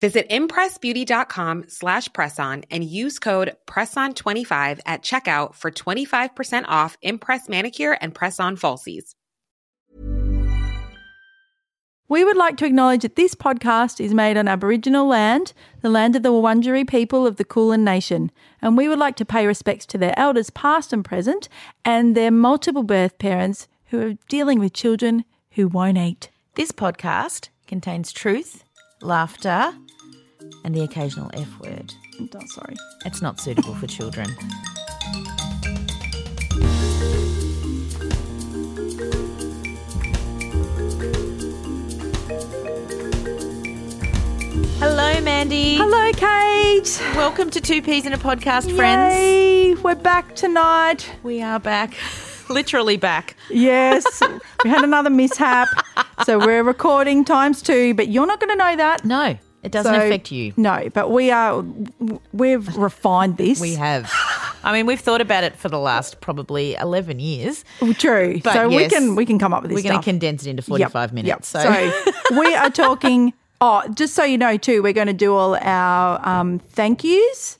Visit impressbeauty.com slash presson and use code presson25 at checkout for 25% off Impress Manicure and Press-On Falsies. We would like to acknowledge that this podcast is made on Aboriginal land, the land of the Wurundjeri people of the Kulin Nation, and we would like to pay respects to their elders past and present and their multiple birth parents who are dealing with children who won't eat. This podcast contains truth, laughter, and the occasional F word. Oh, sorry. It's not suitable for children. Hello, Mandy. Hello, Kate. Welcome to Two Peas in a Podcast, friends. Yay, we're back tonight. We are back, literally back. Yes, we had another mishap. So we're recording times two, but you're not going to know that. No, it doesn't So- affect you. No, but we are, w- we've refined this. We have. I mean, we've thought about it for the last probably 11 years. True. But so we yes, can we can come up with this We're going to stuff. condense it into Yep, 45 minutes. Yep. So, So, we are talking. Oh, just so you know, too, we're going to do all our um, thank yous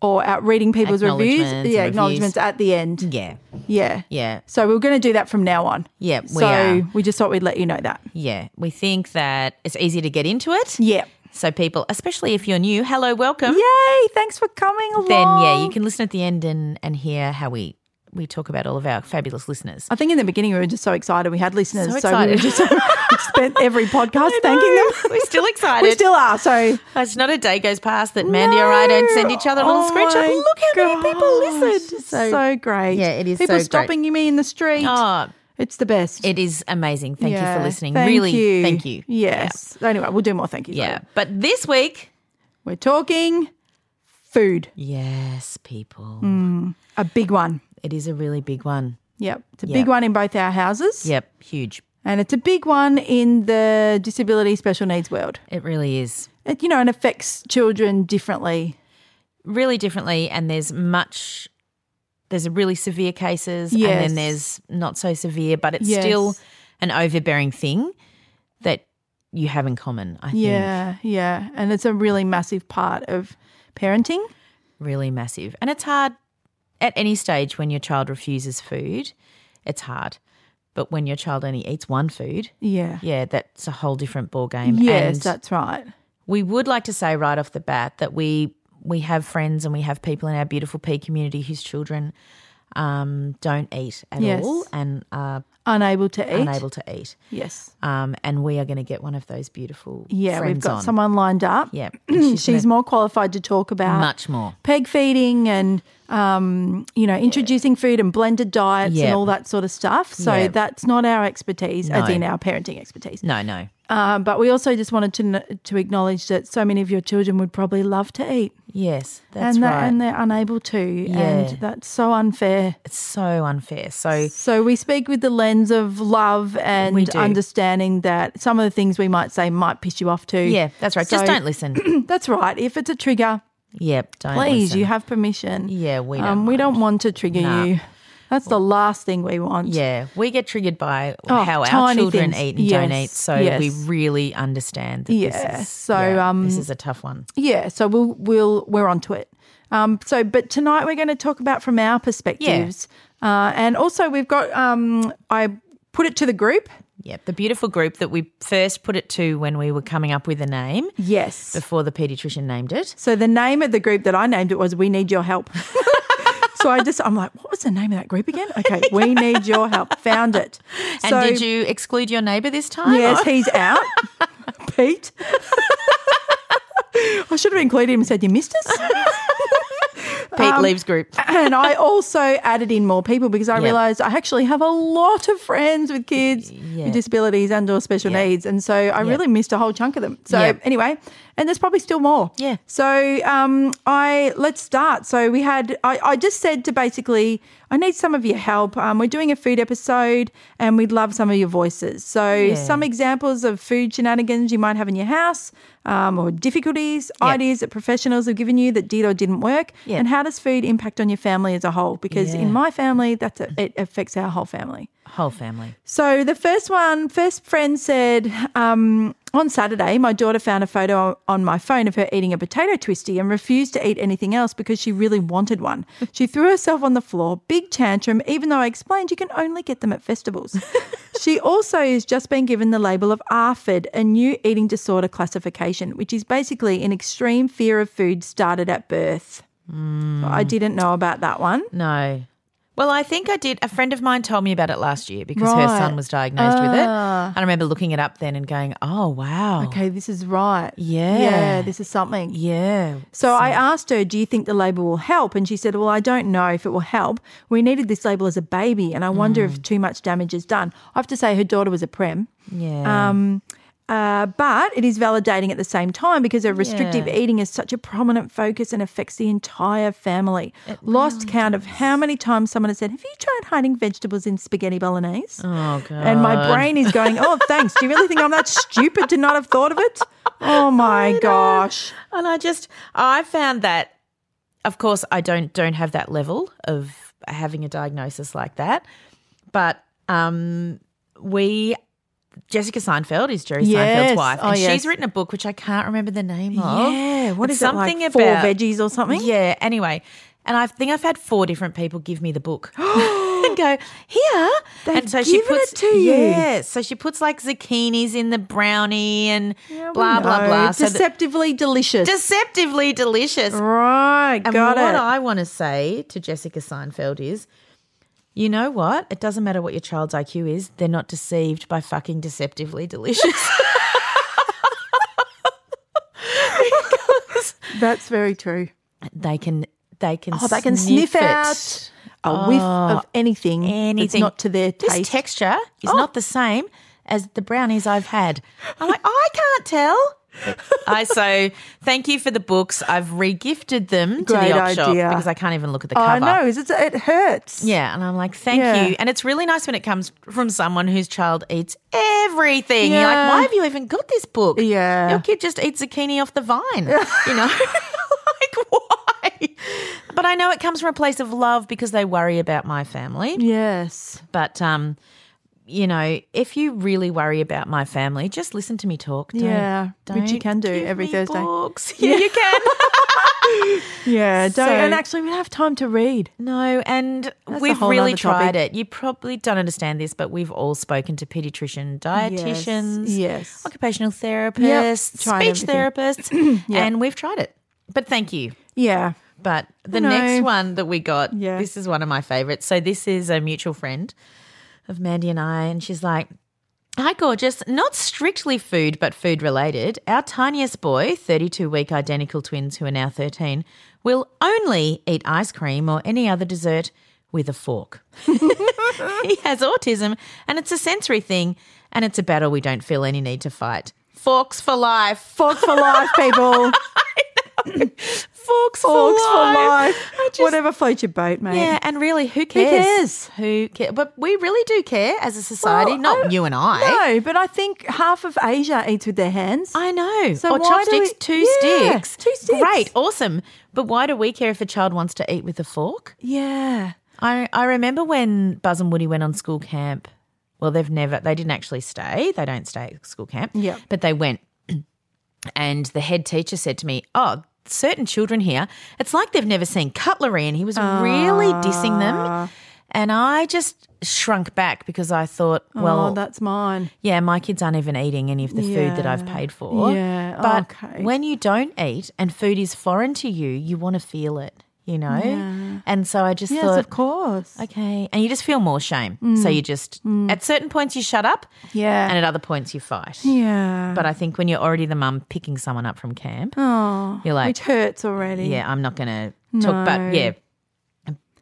or our reading people's reviews. Acknowledgements and Yeah, reviews. acknowledgements at the end. yeah, Yeah. yeah, So we're going to do that from now on. Yeah, we so are. we just thought we'd let you know that. yeah. We think that it's easy to get into it. Yeah. So people, especially if you're new, hello, welcome. Yay! Thanks for coming along. Then yeah, you can listen at the end and and hear how we we talk about all of our fabulous listeners. I think in the beginning we were just so excited we had listeners, So we were excited. just we spent every podcast thanking them. We're still excited. We still are. So It's not a day goes past that Mandy or I don't send each other a little Oh screenshot. my Look how many people gosh, listened. It's so, great. Yeah, it is People so great. stopping you me in the street. Oh, It's the best. it is amazing. Thank you Yeah. for listening. Thank really, you. thank you. Yes. Anyway, we'll do more thank yous. Yeah. yeah. later. But this week, We're talking food, yes, people, a big one. it is a really big one. Yep. It's a Yeah. big one in both our houses. Yep, huge. And it's a big one in the disability special needs world. It really is. It, you know, and affects children differently. really differently and there's much there's really severe cases and Yes. then there's not so severe but it's Yes. still an overbearing thing that you have in common i think Yeah. Yeah. And it's a really massive part of parenting. really massive and it's hard at any stage when your child refuses food it's hard but when your child only eats one food Yeah. yeah that's a whole different ball game Yes, and that's right. we would like to say right off the bat that we we have friends and we have people in our beautiful pea community whose children um, don't eat at Yes. all and are Unable to eat. unable to eat. Yes. Um, and we are going to get one of those beautiful Yeah, we've friends got on. someone lined up. Yeah, and she's, she's gonna- more qualified to talk about much more. peg feeding and um, you know introducing food and blended diets and Yeah. all that sort of stuff. So Yeah. that's not our expertise, as No. in our parenting expertise. No, no. Um, but we also just wanted to kn- to acknowledge that so many of your children would probably love to eat, Yes, that's and that, right. and they're unable to, Yeah. and that's so unfair. it's so unfair. So So we speak with the lens of love and do. understanding that some of the things we might say might piss you off too. yeah, that's right. Just So- don't listen. That's right. If it's a trigger, yep, don't Please, listen. you have permission. Yeah, we don't Um, we mind. don't want to trigger Nah. you. That's the last thing we want. Yeah, we get triggered by Oh, how our tiny children things. eat and don't Yes, eat, so yes. we really understand. That Yeah, this is, so, yeah, um, this is a tough one. Yeah. So we'll we'll we're onto it. Um, so, but tonight we're going to talk about from our perspectives. Uh, and also, we've got, um, I put it to the group. Yep, the beautiful group that we first put it to when we were coming up with a name Yes. before the pediatrician named it. So the name of the group that I named it was We Need Your Help. so I just I'm like, what was the name of that group again? Okay, We Need Your Help. Found it. And so, did you exclude your neighbour this time? Oh, Yes, he's out. Pete. I should have included him and said, You missed us. Pete um, leaves group. and I also added in more people because I Yep. realized I actually have a lot of friends with kids with disabilities and or special needs. And so I really missed a whole chunk of them. So Yep. anyway, and there's probably still more. Yeah. So um I let's start. So we had I, I just said to basically I need some of your help. Um, we're doing a food episode and we'd love some of your voices. So some examples of food shenanigans you might have in your house um, or difficulties, ideas that professionals have given you that did or didn't work, Yeah. and how does food impact on your family as a whole? Because in my family, that's a, it affects our whole family. Whole family. So the first one, first friend said, um, on Saturday, my daughter found a photo on my phone of her eating a potato twisty and refused to eat anything else because she really wanted one. She threw herself on the floor, big tantrum, even though I explained you can only get them at festivals. she also has just been given the label of ARFID, a new eating disorder classification, which is basically an extreme fear of food started at birth. I didn't know about that one. No. Well, I think I did. A friend of mine told me about it last year because her Right. Ah. son was diagnosed with it. And I remember looking it up then and going, oh, wow. Okay, this is right. Yeah. Yeah, this is something. Yeah. So I asked her, Do you think the label will help? And she said, Well, I don't know if it will help. We needed this label as a baby, and I wonder Mm. if too much damage is done. I have to say, her daughter was a prem. Yeah. Um, uh, but it is validating at the same time because her restrictive eating is such a prominent focus and affects the entire family. Lost count of how many times someone has said, Have you tried hiding vegetables in spaghetti bolognese? oh, God. And my brain is going, Oh, thanks. Do you really think I'm that stupid to not have thought of it? Oh my gosh. And I just, I found that, of course, I don't don't have that level of having a diagnosis like that, but um, we. Jessica Seinfeld is Jerry Yes. Seinfeld's wife, Oh, and yes. she's written a book which I can't remember the name of. Yeah, what It's is something it like? Four veggies or something? Yeah. Anyway, and I think I've had four different people give me the book and go here. They've and given it to you. Yeah. So she puts like zucchinis in the brownie and blah Oh, blah No, blah. So that- Deceptively delicious. deceptively delicious. right, And got what it. I want to say to Jessica Seinfeld is, you know what? It doesn't matter what your child's IQ is; they're not deceived by fucking deceptively delicious. That's very true. they can, they can, Oh, they can sniff it. out a whiff of anything, that's anything not to their taste. Oh. This texture is not the same as the brownies I've had. I'm like, I can't tell. I so thank you for the books. I've regifted them to Great the op shop idea. because I can't even look at the cover. I know. It's, it hurts. Yeah, and I'm like, thank Yeah. you. And it's really nice when it comes from someone whose child eats everything. You're Yeah. like, why have you even got this book? Yeah. Your kid just eats zucchini off the vine. you know? like, why? But I know it comes from a place of love because they worry about my family. Yes. But um, you know, if you really worry about my family, just listen to me talk. Don't, Yeah, which you don't can do give every me Thursday. Books. Yeah, you can. Yeah. Don't, So- and actually, we don't have time to read. No, and a we've whole really nother topic. tried it. You probably don't understand this, but we've all spoken to pediatrician, dietitians, yes. occupational therapists, tried speech therapists, and we've tried it. But thank you. Yeah. But the know. next one that we got, Yeah. this is one of my favorites. So this is a mutual friend of Mandy and I, and she's like, Hi, gorgeous. Not strictly food, but food related. Our tiniest boy, 32 week identical twins who are now 13, will only eat ice cream or any other dessert with a fork. he has autism and it's a sensory thing, and it's a battle we don't feel any need to fight. Forks for life. Fork for life, people. Forks Forks, for life. I just- Whatever floats your boat, mate. Yeah, and really, who cares? cares? Who cares? But we really do care as a society, Well, not I- you and I. No, but I think half of Asia eats with their hands. I know. So why or do chopsticks, we- two Yeah, sticks. two sticks. Great, awesome. But why do we care if a child wants to eat with a fork? yeah. I, I remember when Buzz and Woody went on school camp. Well, they've never, they didn't actually stay. They don't stay at school camp. Yeah. But they went. And the head teacher said to me, Oh, certain children here, it's like they've never seen cutlery. And he was really Ah. dissing them. And I just shrunk back because I thought, well, oh, that's mine. yeah, my kids aren't even eating any of the food that I've Yeah. paid for. Yeah, But okay. when you don't eat and food is foreign to you, you want to feel it, you know? And so I just Yes, thought, of course. okay. And you just feel more shame. So you just, at certain points, you shut up. Mm. Yeah. And at other points, you fight. yeah. But I think when you're already the mum picking someone up from camp, oh, you're like, which hurts already. yeah, I'm not going to talk. But yeah,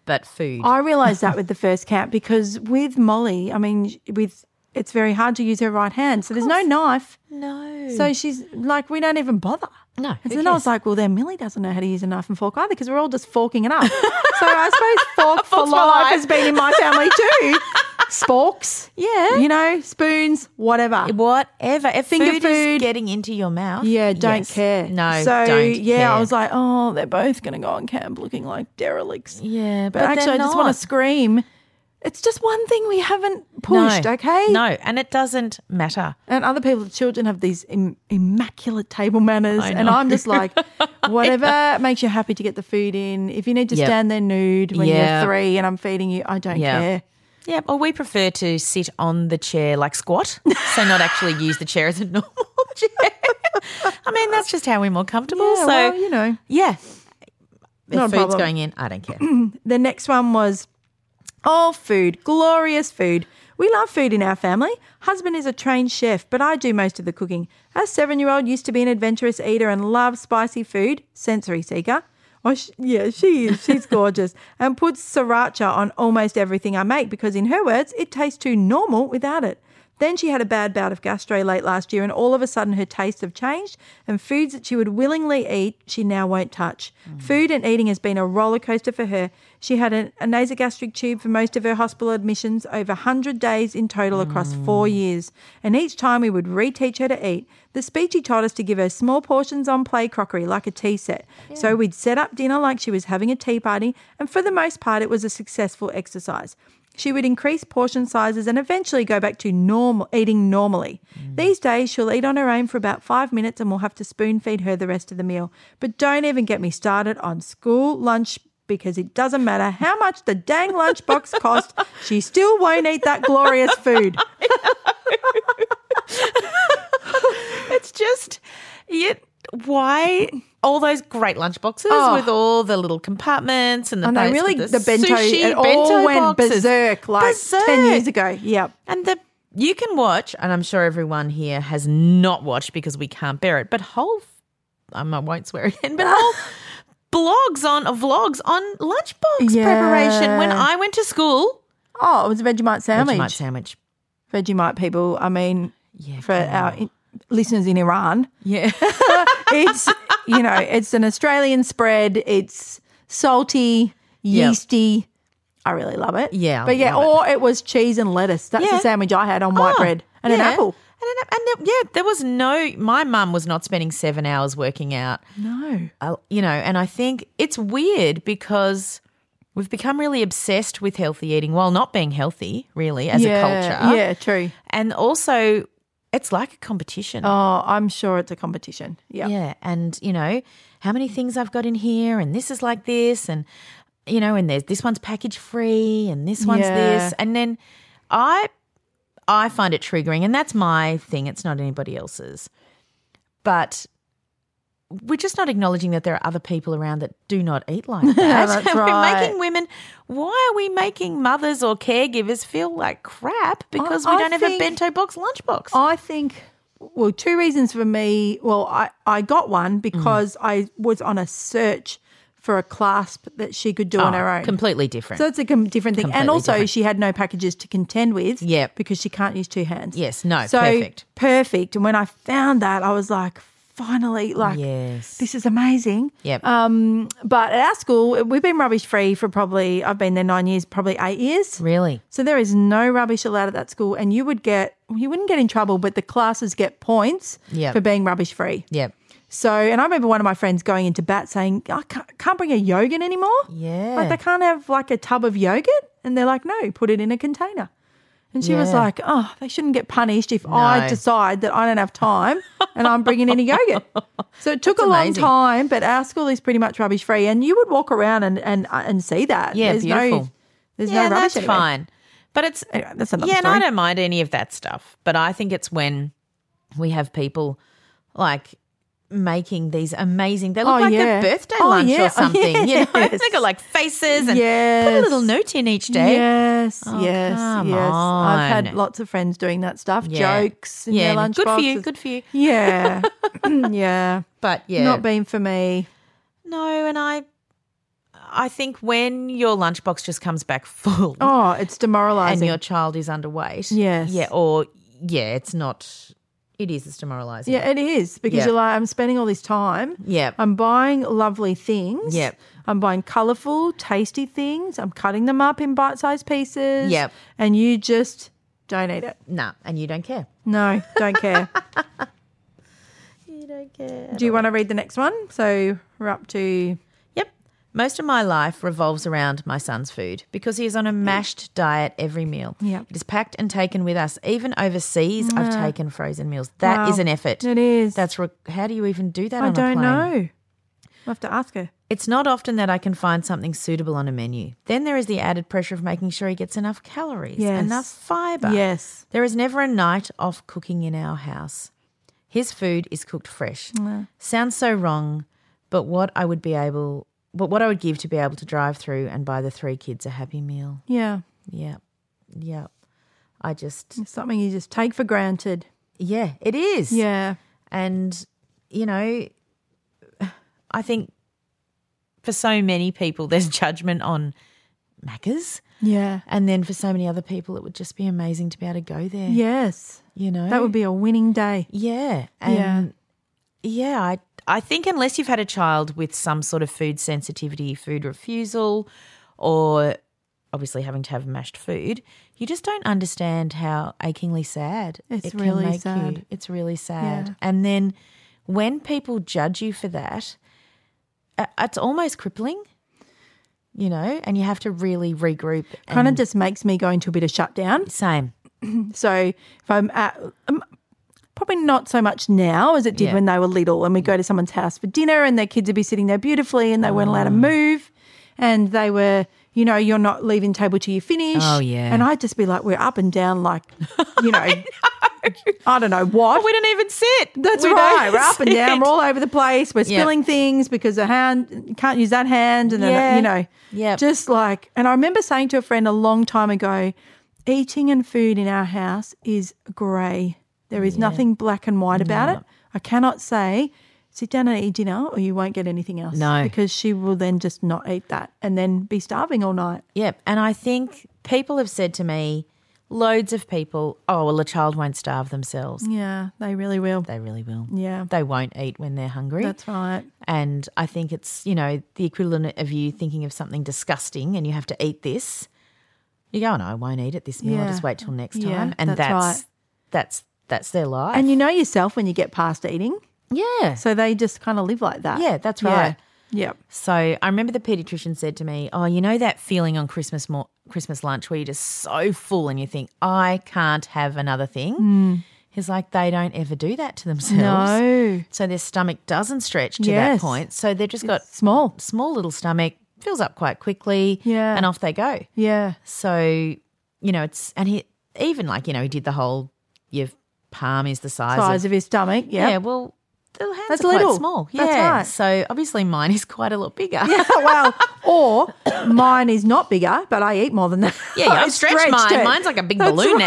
but food. I realised that with the first cat because with Molly, I mean, with it's very hard to use her right hand, so there's no knife. no. So she's like, we don't even bother. No. And who so then I was cares? like, well, then Millie doesn't know how to use a knife and fork either because we're all just forking it up. so I suppose fork for Forks for life life. has been in my family too. Sporks, Yeah. you know, spoons, whatever. Whatever. If Finger food, food. is getting into your mouth. Yeah, don't yes. care. No, so don't yeah, care. I was like, oh, they're both going to go on camp looking like derelicts. Yeah, but, but actually, they're I just want not. to scream. It's just one thing we haven't pushed, no, okay? No, and it doesn't matter. And other people, children have these Im- immaculate table manners, I and know. I'm just like, whatever makes you happy to get the food in. If you need to Yep. stand there nude when Yeah. you're three, and I'm feeding you, I don't Yeah. care. Yeah, or we prefer to sit on the chair like squat, so not actually use the chair as a normal chair. I mean, that's just how we're more comfortable. Yeah, so well, you know. yeah, if Not a food's problem. going in, I don't care. The next one was, oh, food, glorious food. We love food in our family. Husband is a trained chef, but I do most of the cooking. Our seven year old used to be an adventurous eater and loves spicy food, sensory seeker. Oh, sh yeah, she is. She's gorgeous. and puts sriracha on almost everything I make because, in her words, it tastes too normal without it. Then she had a bad bout of gastro late last year, and all of a sudden her tastes have changed, and foods that she would willingly eat, she now won't touch. Food and eating has been a roller coaster for her. She had a, a nasogastric tube for most of her hospital admissions, over 100 days in total across four years. And each time we would reteach her to eat. The speechy told us to give her small portions on play crockery, like a tea set. So we'd set up dinner like she was having a tea party, and for the most part, it was a successful exercise. She would increase portion sizes and eventually go back to normal eating normally. Mm. These days she'll eat on her own for about 5 minutes and we'll have to spoon feed her the rest of the meal. But don't even get me started on school lunch because it doesn't matter how much the dang lunchbox cost, she still won't eat that glorious food. It's just, yet why all those great lunch boxes Oh. with all the little compartments and the And they plates really with the bento sushi, it all bento went boxes. berserk like 10 Berserk. years ago. Yep. And the you can watch, and I'm sure everyone here has not watched because we can't bear it. But whole, um, I won't swear again. But whole blogs on vlogs on lunchbox Yeah. preparation. When I went to school, Oh, it was a Vegemite sandwich. Vegemite sandwich. Vegemite people, I mean, Yeah, for come our in- listeners in Iran, Yeah, it's you know it's an australian spread it's salty Yep. yeasty i really love it Yeah, I but yeah love it. or it. was cheese and lettuce that's Yeah. the sandwich i had on white Oh, bread and an yeah. apple And, an, ap- and there, yeah, there was no. My mum was not spending seven hours working out. no I- you know, and I think it's weird because we've become really obsessed with healthy eating while not being healthy, really, as yeah, a culture. yeah true And also, it's like a competition. oh i'm sure it's a competition yeah Yeah. And, you know, how many things I've got in here, and this is like this, and, you know, and there's this one's package free, and this one's Yeah. this. And then I. I find it triggering, and that's my thing. It's not anybody else's. But we're just not acknowledging that there are other people around that do not eat like that. that's we're right. making women, why are we making mothers or caregivers feel like crap because I we don't have a think- bento box lunchbox? I think, well, two reasons for me. Well, I, I got one Mm. because I was on a search for a clasp that she could do on Oh, her own. Completely different. So it's a com- different thing. and Completely also, different. she had no packages to contend with. Yep. Because she can't use two hands. Yes, no, So perfect. Perfect. And when I found that, I was like, finally, like, Yes. this is amazing. Yep. Um, but at our school, we've been rubbish free for probably, I've been there nine years, probably eight years. really? So there is no rubbish allowed at that school, and you would get you wouldn't get in trouble, but the classes get points Yep. for being rubbish free. Yep. So, and I remember one of my friends going into bat saying, "I can't, can't bring a yogurt anymore. Yeah. like they can't have like a tub of yogurt," and they're like, "No, put it in a container." And she was Yeah. like, oh, they shouldn't get punished if I No. decide that I don't have time and I'm bringing in a yoga. So it took a long amazing. time, but our school is pretty much rubbish free. And you would walk around and, and, uh, and see that. Yeah, there's No, beautiful. there's yeah, no rubbish. that's anywhere. fine. But it's Anyway, that's another yeah, story. and I don't mind any of that stuff. But I think it's when we have people like making these amazing. They look Oh, like yeah. a birthday Oh, lunch yeah. Oh, or something. You know, yes. they got like faces and put a little Yes. note in each day. Yes, Oh, yes, come yes. I've had on. lots of friends doing that stuff, Yeah. jokes in Yeah, their lunch good for you. boxes. Good for you. Yeah, yeah. But yeah, Not been for me. no. And I, I think when your lunchbox just comes back full, Oh, it's and demoralising. your child is underweight. Yes. Yeah. Or yeah, it's not. It is. It's demoralising. Yeah, Um, it is because Yeah. you're like, I'm spending all this time. Yeah. I'm buying lovely things. Yep. I'm buying colourful, tasty things. I'm cutting them up in bite-sized pieces. Yep. And you just don't eat it. Nah. And you don't care. No, don't care. You don't care. Do you want to read the next one? So we're up to Yep. Most of my life revolves around my son's food because he is on a mashed diet every meal. Yep. It is packed and taken with us. Even overseas, I've taken frozen meals. That is Ah. Wow. an effort. it is. That's re- how do you even do that? I on a don't plane? know. We'll have to ask her. It's not often that I can find something suitable on a menu. Then there is the added pressure of making sure he gets enough calories, Yes. enough fiber. Yes. There is never a night off cooking in our house. His food is cooked fresh. Sounds so wrong, but what I would be able but what I would give to be able to drive through and buy the three kids a happy meal. Yeah. Yeah. Yeah. I just It's something you just take for granted. yeah, it is. Yeah. And, you know, I think for so many people, there's judgment on Macca's. Yeah. And then for so many other people, it would just be amazing to be able to go there. Yes. You know? That would be a winning day. Yeah. Yeah. And yeah. I, I think unless you've had a child with some sort of food sensitivity, food refusal, or obviously having to have mashed food, you just don't understand how achingly sad It's it really can make sad. you. It's really sad. Yeah. And then when people judge you for that, uh, it's almost crippling. You know, and you have to really regroup. Kind of and- just makes me go into a bit of shutdown. same. So if I'm at, um, probably not so much now as it did Yeah. when they were little, and we go to someone's house for dinner, and their kids would be sitting there beautifully, and they weren't Oh. allowed to move, and they were, you know, you're not leaving table till you finish. Oh, yeah. and I'd just be like, we're up and down, like, you know, I, don't know what. We don't even sit. that's We don't right. We're up and down. sit. We're all over the place. We're Yeah. spilling things because a hand can't use that hand, and then Yeah. you know, Yep. just like. And I remember saying to a friend a long time ago, eating and food in our house is grey. There is nothing black and white about it. I cannot say sit down and eat dinner, or you won't get anything else. No. because she will then just not eat that and then be starving all night. Yep. And I think people have said to me, loads of people, oh, well, a child won't starve themselves. Yeah, they really will. They really will. Mm. Yeah, They won't eat when they're hungry. that's right. and I think it's, you know, the equivalent of you thinking of something disgusting and you have to eat this. You go, oh, no, I won't eat it this meal. I'll Yeah. just wait till next Yeah, time. and that's that's right. that's, that's their life. And you know yourself when you get past eating. yeah. So they just kind of live like that. Yeah, that's right. Yeah. Yep. So I remember the pediatrician said to me, "Oh, you know that feeling on Christmas mo- Christmas lunch where you're just so full and you think I can't have another thing." Hmm. He's like, "They don't ever do that to themselves." No. So their stomach doesn't stretch to Yes. that point. So they've just got Small. small little stomach, fills up quite quickly, Yeah. and off they go. Yeah. So, you know, it's and he even like, you know, he did the whole your palm is the size, Size of of his stomach. Yep. Yeah, well, the hands That's are little. quite small. Yeah. That's right. So obviously mine is quite a lot bigger. Yeah, well, or mine is not bigger, but I eat more than that. Yeah, yeah, I I've stretched, stretched mine. it. Mine's like a big balloon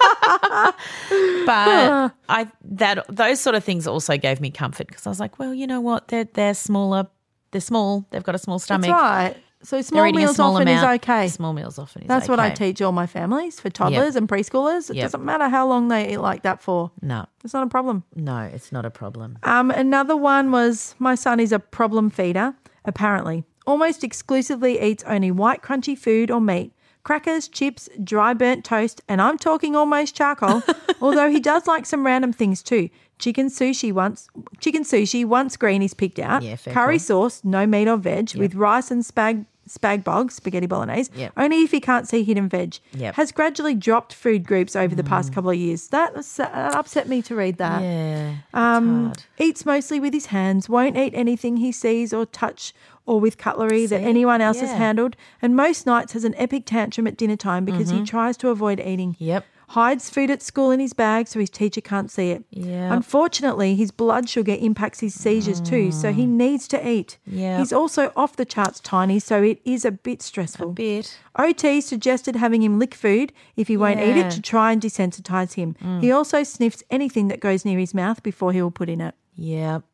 now. but I that those sort of things also gave me comfort because I was like, well, you know what? They're they're smaller. They're small. They've got a small That's stomach. right. So They're small eating a meals small often is amount. okay. Small meals often is That's what I okay. teach all my families for toddlers and preschoolers. It Yep. doesn't matter how long they eat like that for. No, It's not a problem. no, it's not a problem. Um, another one was my son is a problem feeder, apparently. Almost exclusively eats only white crunchy food or meat. Crackers, chips, dry burnt toast, and I'm talking almost charcoal, although he does like some random things too. Chicken sushi once chicken sushi once green is picked out. Yeah, fair curry call. sauce, no meat or veg, with rice and spag spag bog, spaghetti bolognese, Yep. only if you can't see hidden veg, Yep. Mm. has gradually dropped food groups over the past couple of years. That, was- that upset me to read that. Yeah. Um, hard. eats mostly with his hands, won't eat anything he sees or touch or with cutlery that anyone else has Yeah. handled, and most nights has an epic tantrum at dinner time because he tries to avoid eating. Mm-hmm. Yep. Hides food at school in his bag so his teacher can't see it. Yep. Unfortunately, his blood sugar impacts his seizures too, so he needs to eat. Mm. Yep. He's also off the charts tiny, so it is a bit stressful. Bit. OT suggested having him lick food if he won't eat Yeah. Mm. it to try and desensitize him. He also sniffs anything that goes near his mouth before he will put in it. Yep.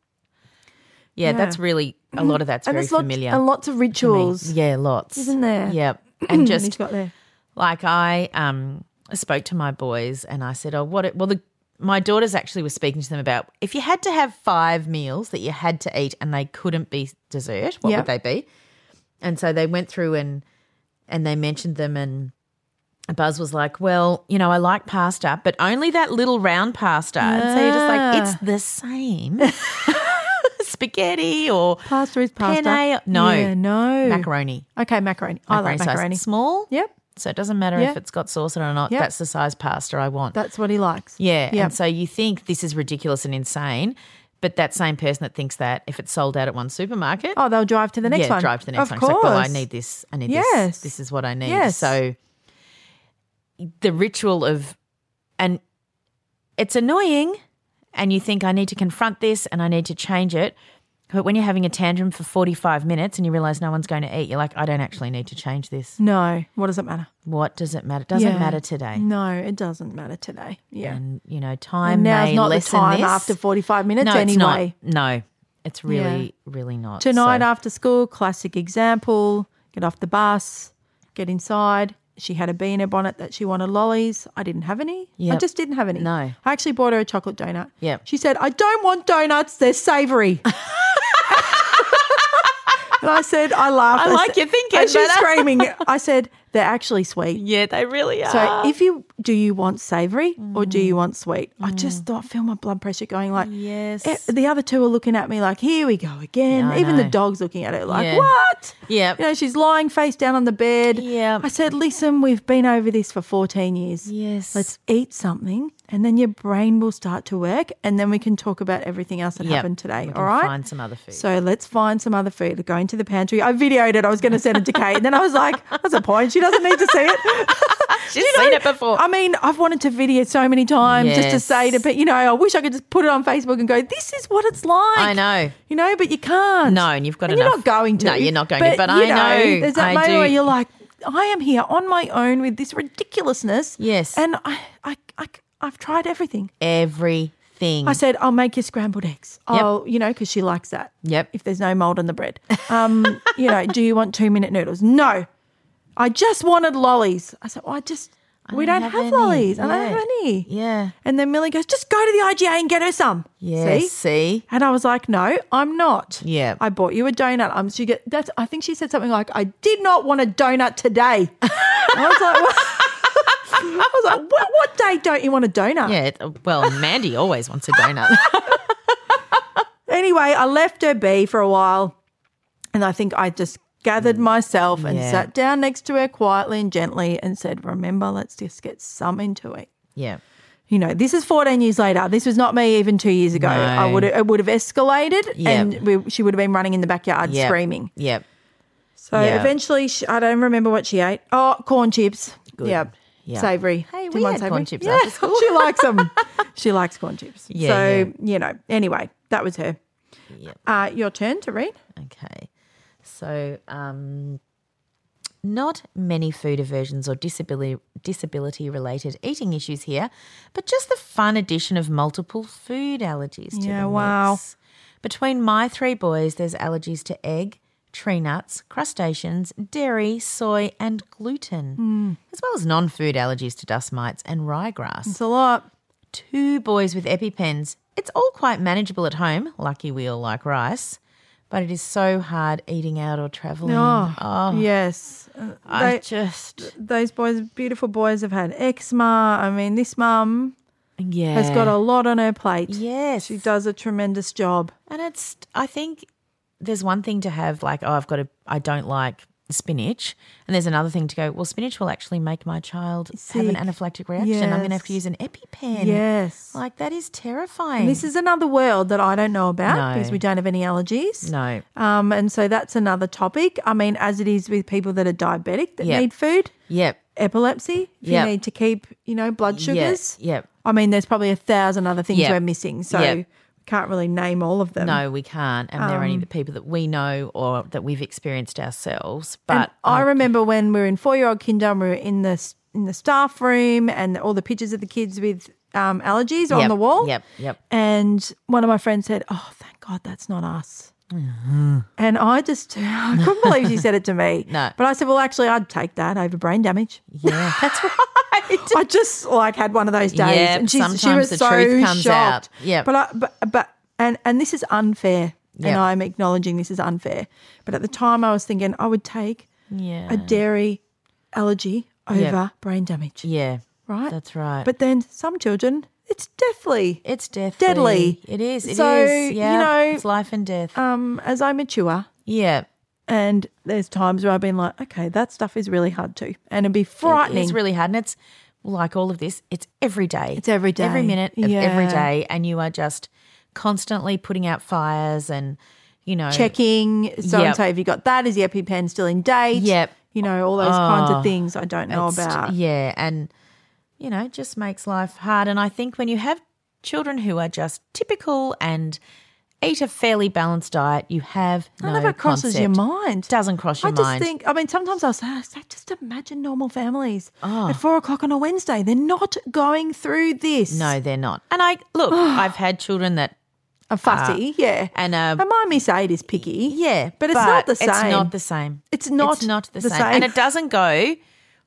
Yeah, that's really a lot of that's and very there's lots, familiar. and lots of to me. rituals. Yeah, lots. Isn't there? Yep. And that he's just got there. like I um spoke to my boys and I said, "Oh, what it, well the my daughters actually were speaking to them about if you had to have five meals that you had to eat and they couldn't be dessert, what Yep. would they be?" And so they went through and and they mentioned them and Buzz was like, "Well, you know, I like pasta, but only that little round pasta." And so you're just like, "It's the same." Spaghetti or Pasta is pasta. penne- No, Yeah, no. macaroni. Okay, macaroni. I like size. macaroni. Small. Yep, So it doesn't matter Yeah. if it's got sauce in it or not. Yep. That's the size pasta I want. that's what he likes. yeah. Yep. And so you think this is ridiculous and insane, but that same person that thinks that if it's sold out at one supermarket, oh, they'll drive to the next yeah, one. drive to the next of one. It's like, Course. well, I need this. I need Yes. this. This is what I need. Yes. So the ritual of, and it's annoying, and you think I need to confront this and I need to change it. But when you're having a tantrum for 45 minutes and you realize no one's going to eat, you're like, I don't actually need to change this. No, what does it matter? What does it matter? It doesn't Yeah. matter today. No, it doesn't matter today. Yeah. And, you know, and time now's may not the lessen time this. after 45 minutes no, anyway. it's not. No, it's really, really not. Tonight So- after school, classic example. Get off the bus, get inside. She had a bee in her bonnet that she wanted lollies. I didn't have any. I Yep. just didn't have any. No. I actually bought her a chocolate donut. Yep. She said, I don't want donuts, they're savory. and I said, I laughed. I like said- your thinking, And she's but- uh, screaming. I said, they're actually sweet. Yeah, they really are. So if you do you want savory or do Mm. you want sweet? I just thought feel my blood pressure going like Yes. Eh, The other two are looking at me like here we go again. I Even the know. dog's looking at it like Yeah. what? Yep. You know she's lying face down on the bed. Yep. I said listen we've been over this for 14 years. Yes. Let's eat something and then your brain will start to work and then we can talk about everything else that Yep. happened today. We all can right? find some other food. So let's find some other food. Going to the pantry. I videoed it. I was going to send it to Kate and then I was like that's a point. She doesn't need to see it. She's You know, seen it before. I mean, I've wanted to video so many times just to Yes. say to, but you know, I wish I could just put it on Facebook and go, "This is what it's like." I know. you know, but you can't. No, and you've got and You're enough- not going to. No, you're not going to, but I know. There's that I moment do. where you're like, "I am here on my own with this ridiculousness." Yes. and I, I, I I've tried everything. Everything. I said, I'll make you scrambled eggs. Yep. I'll, you know, because she likes that. Yep. If there's no mold on the bread. Um, you know, do you want two minute noodles? No. I just wanted lollies. I said, well, I just, we don't don't have, have any. lollies. I don't Yeah. have any. Yeah. And then Millie goes, just go to the IGA and get her some. Yeah. See? See? And I was like, no, I'm not. Yeah. I bought you a donut. Um, she get, that's, I think she said something like, I did not want a donut today. I was like, what? I was like, what, what day don't you want a donut? Yeah. it- Well, Mandy always wants a donut. Anyway, I left her be for a while. And I think I just gathered myself and Mm. Yeah. sat down next to her quietly and gently and said, Remember, let's just get something to eat. yeah. You know, this is 14 years later. This was not me even two years ago. No. I would it would have escalated Yeah. and we, she would have been running in the backyard Yep. screaming. Yep. So Yeah. eventually, she, I don't remember what she ate. Oh, corn chips. Good. Yep. Yeah. Savory. Hey, Do we you want had savoury? corn chips Yeah, after school. she likes them. She likes corn chips. Yeah, so, you know, anyway, that was her. Uh, your turn to read. Okay. So, um, not many food aversions or disability disability related eating issues here, but just the fun addition of multiple food allergies to Yeah, the wow. mix. Between my three boys, there's allergies to egg, tree nuts, crustaceans, dairy, soy, and Hmm. gluten, as well as non food allergies to dust mites and ryegrass It's a lot. two boys with EpiPens. It's all quite manageable at home, lucky we all like rice, but it is so hard eating out or traveling. Oh, Oh, yes. Uh, I they- just, those boys, beautiful boys, have had eczema. I mean, this mum yeah. has got a lot on her plate. Yes. She does a tremendous job. And it's, I think there's one thing to have, like, oh, I've got a, I don't like spinach. And there's another thing to go, well, spinach will actually make my child have an Sick. anaphylactic reaction. I'm going to have to use Yes. an EpiPen. Yes. Like that is terrifying. And this is another world that I don't know about No. because we don't have any allergies. no. Um, and so that's another topic. I mean, as it is with people that are diabetic that Yep. need food, Yep. epilepsy, if Yep. you need to keep, you know, blood sugars. Yeah, yep. I mean, there's probably a thousand other things Yep. we're missing. So Yep. we can't really name all of them. Um, No, we can't. And they're only the people that we know or that we've experienced ourselves. But I remember when we were in four year old kinder and we were in the s- in the staff room and all the pictures of the kids with um, allergies on Yep, the wall. yep, yep. And one of my friends said, "Oh, thank God, that's not us." And I just I couldn't believe she said it to me. Mm-hmm. No. but I said, "Well, actually, I'd take that over brain damage." yeah, that's right. I just like had one of those days, Yep, and she, she sometimes was the so truth comes shocked. out. Yep. but I, but but and and this is unfair, Yep. and I'm acknowledging this is unfair. But at the time, I was thinking I would take yeah. a dairy allergy over Yep. brain damage. yeah. Right? That's right. But then some children, it's deathly. it's deathly. deadly. It is. It is. So, you Yeah. know, it's life and death. um, as I mature, yeah. and there's times where I've been like, okay, that stuff is really hard to, and it'd be frightening. It's really hard. And it's like all of this, it's every day. It's every day. Every minute of every Yeah. day. And you are just constantly putting out fires and, you know, checking. So and Yep. so, have you got that? Is the EpiPen still in date? Yep. You know all those kinds Oh, of things I don't know It's- about. Yeah, and you know, just makes life hard. And I think when you have children who are just typical and eat a fairly balanced diet, you have None no of it crosses your concept. mind. Doesn't cross your I just mind. think. I mean, sometimes I'll say, I say, just imagine normal families Oh. at four o'clock on a Wednesday. They're not going through this. no, they're not. And I look, I've had children that a fussy, yeah, and uh, And my Miss Aid is picky. yeah, But it's not the It's same. not the same. It's not it's not the, the same. same. And it doesn't go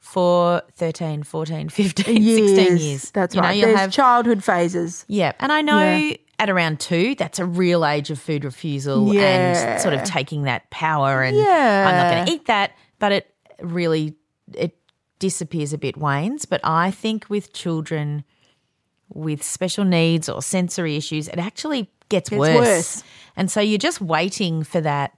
for 13, 14, 15, 16 years. That's You know, right. you'll There's have childhood phases. Yeah. And I know Yeah. at around two, that's a real age of food refusal Yeah. and sort of taking that power and I'm not Yeah. going to eat that. But it really, it disappears a bit, wanes. But I think with children with special needs or sensory issues, it actually gets, Gets worse. worse. And so you're just waiting for that.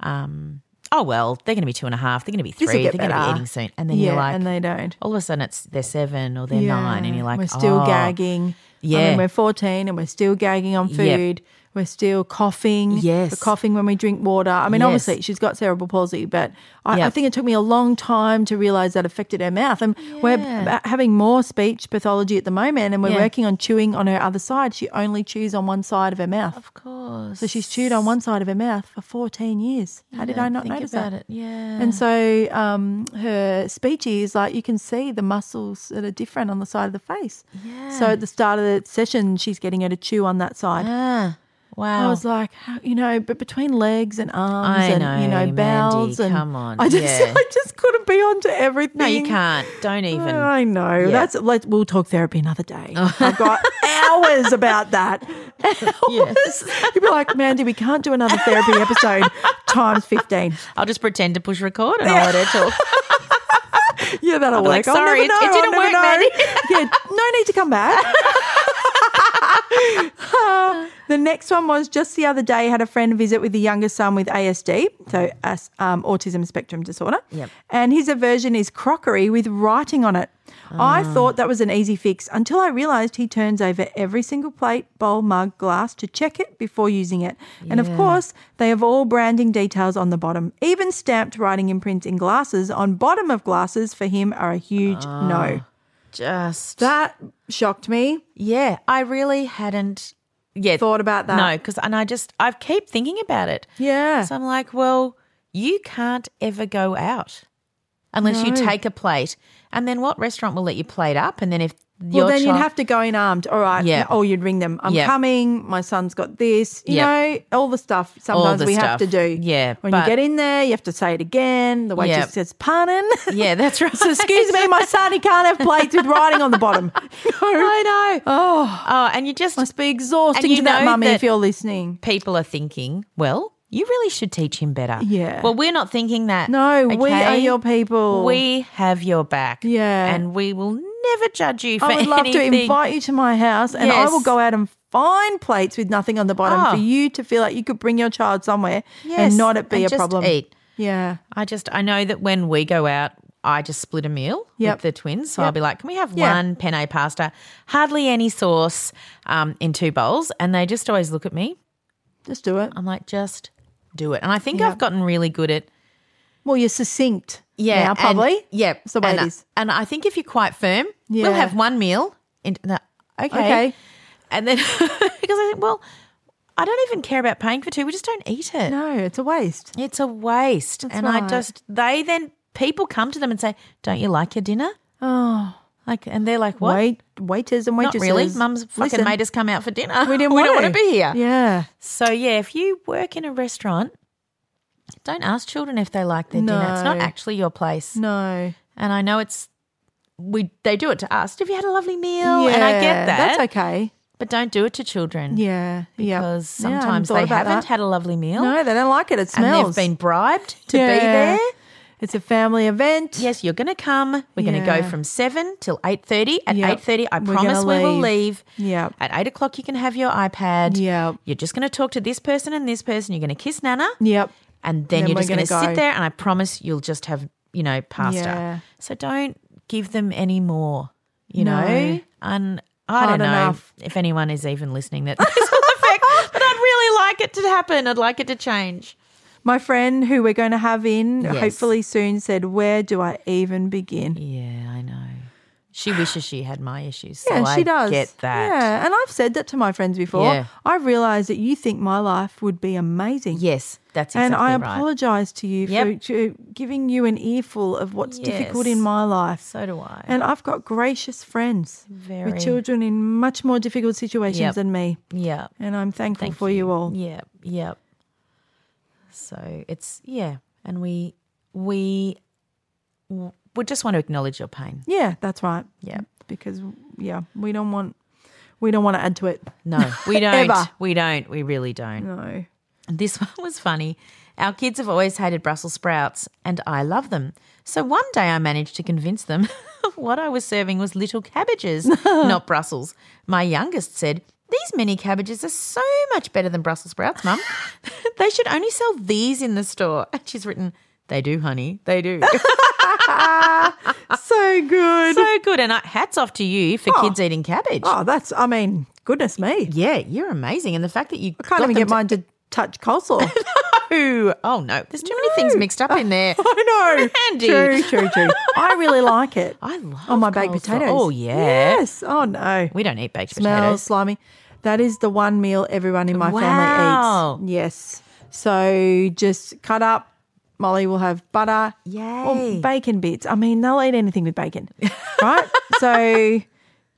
Um, oh, well, they're going to be two and a half. They're going to be This'll three. They're get going to be better. eating soon. And then yeah, you're like, and they don't. all of a sudden it's they're seven or they're nine. And you're like, we're still oh. gagging. I Yeah. mean, we're 14 and we're still gagging on Yep. food. We're still coughing. Yes. We're coughing when we drink water. I mean, Yes. obviously, she's got cerebral palsy, but I, I Yep. think it took me a long time to realize that affected her mouth. And we're b- having more speech pathology at the moment, and we're Yeah. working on chewing on her other side. She only chews on one side of her mouth. Of course. So she's chewed on one side of her mouth for 14 years. How did I not think notice about that? it. Yeah. And so um, her speech is like you can see the muscles that are different on the side of the face. So at the start of the session, she's getting her to chew on that side. ah, wow. I was like, how, you know, but between legs and arms I and you know, know Mandy, bowels and come on, I just yeah. I just couldn't be onto everything. no, you can't. Don't even. Uh, Oh. I know. That's let we'll talk therapy another day. I've got hours about that. Hours. You'd be like, Mandy, we can't do another therapy episode times fifteen. I'll just pretend to push record and I'll let her talk. Yeah, that'll work. like, I'll "Sorry, never it- it know, didn't I'll work, never Mandy." know. yeah, no need to come back. Uh, the next one was just the other day had a friend visit with the younger son with ASD, so as- um, autism spectrum disorder. Yep. And his aversion is crockery with writing on it. I thought that was an easy fix until I realized he turns over every single plate, bowl, mug, glass to check it before using it. And of course, they have all branding details on the bottom. Even stamped writing imprints in glasses on bottom of glasses for him are a huge no. Just. That shocked me. yeah. I really hadn't yet Thought about that. No, because, and I just, I keep thinking about it. Yeah. So I'm like, well, you can't ever go out unless you No. take a plate. And then what restaurant will let you plate up? And then if your Well, then child- you'd have to go in armed. All right. Yeah. Or you'd ring them. I'm Yeah. coming. My son's got this. You Yeah. know, all the stuff sometimes the we have to stuff. do. Yeah, When but- you get in there, you have to say it again. The waitress Yeah. says, pardon. Yeah, that's right. So, excuse me, my son, he can't have plates with writing on the bottom. I know. Oh. Oh, and you just. Must be exhausting you to that know mummy if that- you're listening. people are thinking, well, you really should teach him better. Yeah. Well, we're not thinking that. No, we are your people. We have your back. Yeah. And we will never judge you for I would love anything. to invite you to my house and I Yes. will go out and find plates with nothing on the bottom Oh. for you to feel like you could bring your child somewhere Yes, and not it be and a just problem. Eat. Yeah. I just I know that when we go out, I just split a meal Yep. with the twins. So I'll Yep. be like, "Can we have Yeah. one penne pasta, hardly any sauce, um, in two bowls?" And they just always look at me. Just do it. I'm like, "Just do it." And I think I've gotten really good at Well, you're succinct. Now, and- probably. yeah, That's the way and, it I- is. And I think if you're quite firm, Yeah. we'll have one meal. In, no, okay. Okay. And then because I think, well, I don't even care about paying for two. We just don't eat it. No, it's a waste. It's a waste. and I right. just they then people come to them and say, "Don't you like your dinner?" Oh, Like, and they're like, "What? wait, waiters and Not waitresses. really. Mum's fucking Listen, made us come out for dinner. We didn't. we want don't want to be here." Yeah. So yeah, if you work in a restaurant, don't ask children if they like their dinner. It's not No. actually your place. No. And I know it's we they do it to us. Have you had a lovely meal? and I Yeah, get that. That's okay. But don't do it to children. Yeah. yeah. Yeah, I Because hadn't sometimes thought they about haven't that. had a lovely meal. No, they don't like it. It and smells. they've been bribed to be Yeah. there. It's a family event. Yes, you're going to come. We're going to Yeah. go from seven till eight thirty. At Yep. eight thirty, I We're gonna promise we will leave. leave. Yep. At eight o'clock, you can have your iPad. Yep. You're just going to talk to this person and this person. You're going to kiss Nana, Yep. and then, Then you're we're just going to gonna go. sit there. And I promise you'll just have you know pasta. Yeah. So don't give them any more. You No. know, and I Hard don't know enough. if anyone is even listening that this will affect. But I'd really like it to happen. I'd like it to change. My friend who we're going to have in Yes. hopefully soon said, Where do I even begin? Yeah, I know. She wishes she had my issues. So Yeah, I she does. Get that. Yeah. And I've said that to my friends before. Yeah. I've realized that you think my life would be amazing. Yes, that's exactly and I right. apologize to you Yep. for, for giving you an earful of what's difficult Yes. in my life. So do I. and I've got gracious friends Very. with children in much more difficult situations Yep. than me. yeah, And I'm thankful for you, all. yeah, yeah. So it's yeah, and we we w- we just want to acknowledge your pain. Yeah, that's right. Yeah. Because yeah, we don't want we don't want to add to it. No, we don't. Ever. We don't. We really don't. No. This one was funny. Our kids have always hated Brussels sprouts, and I love them. So one day I managed to convince them what I was serving was little cabbages, not Brussels. My youngest said, These mini cabbages are so much better than Brussels sprouts, Mum. they should only sell these in the store. And she's written, They do, honey. They do. So good. so good. And I, hats off to you for kids eating cabbage. oh, that's I mean, goodness me. Yeah, you're amazing. And the fact that you I can't even get mine to touch coleslaw. Oh, oh, no. There's too many things mixed up in there. I know. Randy. True, true, true. I really like it. I love Oh my baked coleslaw. potatoes. Oh, yeah. Yes. Oh no. We don't eat baked Smells potatoes. slimy. That is the one meal everyone in my Wow. family eats. Yes. So just cut up. Molly will have butter. Or Yay. bacon bits. I mean, they'll eat anything with bacon. Right? so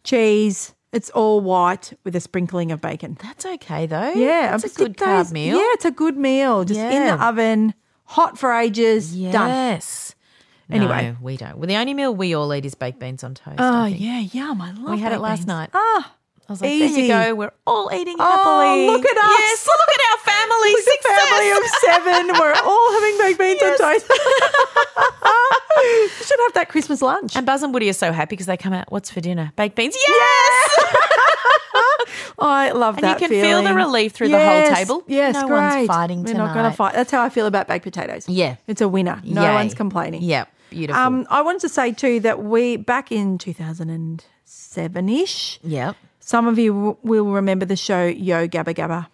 cheese. It's all white with a sprinkling of bacon. That's okay though. Yeah, it's a and good stick carb those- meal. Yeah, it's a good meal. Just in the Yeah. oven, hot for ages, done. Yes. Anyway. no, we don't. Well, the only meal we all eat is baked beans on toast. Oh I think. yeah, yum! I love. we had it baked last beans. night. Ah, I was like, easy. there you go. We're all eating Oh, happily. look at us. Yes, look at our family It's a family of seven. success. We're all having baked beans on toast. you should have that Christmas lunch. and Buzz and Woody are so happy because they come out. What's for dinner? Baked beans. Yes. I love And you that. can feel the feeling. relief through the whole Yes, table. Yes, No great. one's fighting We're not going to tonight. fight. That's how I feel about baked potatoes. Yeah. it's a winner. No Yay. one's complaining. Yep. Beautiful. Um, I wanted to say too that we back in two thousand and seven ish. yep. Some of you w- will remember the show Yo Gabba Gabba,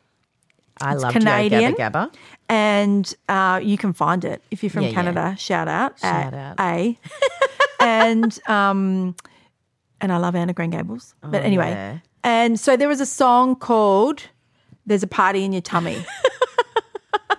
I love Canadian. Gabba Gabba. and uh, you can find it if you're from Yeah, yeah. Canada. Shout out, Shout at out. a, and um, and I love Anna Green Gables, but anyway, Oh, yeah. and so there was a song called "There's a Party in Your Tummy."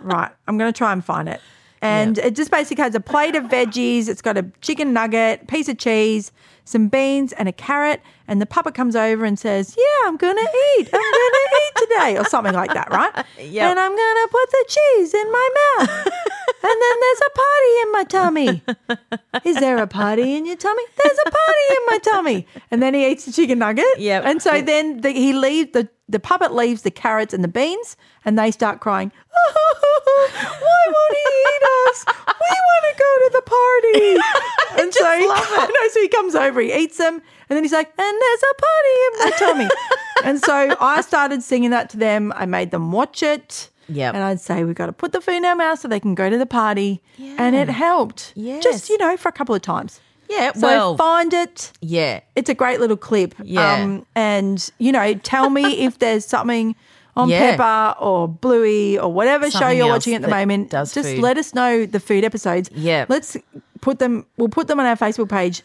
right, I'm going to try and find it, and it just basically has a plate of veggies. It's got a chicken nugget, piece of cheese, some beans, and a carrot. And the puppet comes over and says, "Yeah, I'm going to eat. I'm going to eat today," or something like that, right? Yep. And I'm going to put the cheese in my mouth. and then there's a party in my tummy. Is there a party in your tummy? There's a party in my tummy. And then he eats the chicken nugget. Yep. And so then the, he leaves the, the puppet leaves the carrots and the beans, and they start crying. why won't he eat us? We want to go to the party. And so, he, I know, so he comes over, he eats them, and then he's like, and there's a party in my tummy. and so I started singing that to them. I made them watch it. Yep. And I'd say we've got to put the food in our mouth so they can go to the party. And it helped. Yes. Just, you know, for a couple of times. Yeah, So well, find it. yeah. It's a great little clip. um, Yeah. and, you know, tell me if there's something on Yeah. Pepper or Bluey or whatever show Something you're else watching at the that moment. does just food. let us know the food episodes. Yeah. Let's put them, we'll put them on our Facebook page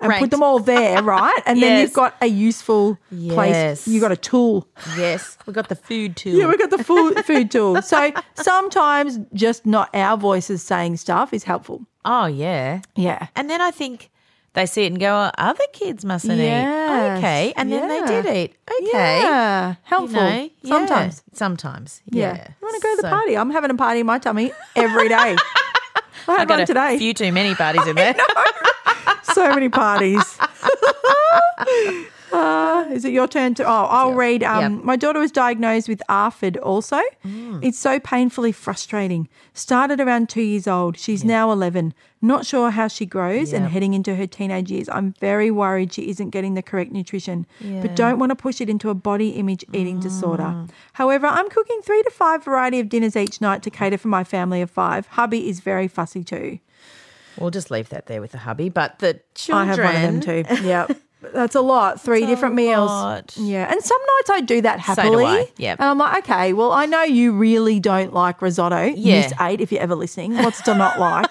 and Ranked. put them all there, right? And then Yes. you've got a useful Yes. place. You've got a tool. Yes, we got the food too. Yeah, we got the food, food tool. So sometimes just not our voices saying stuff is helpful. oh yeah, Yeah. and then I think they see it and go, oh, "Other kids mustn't eat." Yes. Okay, and then they Yeah. did eat. Okay, Yeah. You Helpful. know, yeah. Sometimes. sometimes, Yeah. yeah. You want to go to the So- party? I'm having a party in my tummy every day. I I had got one a today. few too many parties in there. So many parties. Uh, is it your turn to? Oh, I'll read. Um, Yeah. My daughter was diagnosed with ARFID also. It's so painfully frustrating. Started around two years old. She's now 11. Not sure how she grows and heading into her teenage years. I'm very worried she isn't getting the correct nutrition, but don't want to push it into a body image eating disorder. However, I'm cooking three to five variety of dinners each night to cater for my family of five. Hubby is very fussy too. We'll just leave that there with the hubby. But the I children, have one of them too. Yeah. That's a lot. Three That's a different meals. lot. Yeah. And some nights I do that So do happily. I. Yep. And I'm like, okay, well, I know you really don't like risotto. Yeah. Miss eight, if you're ever listening. What's to not like?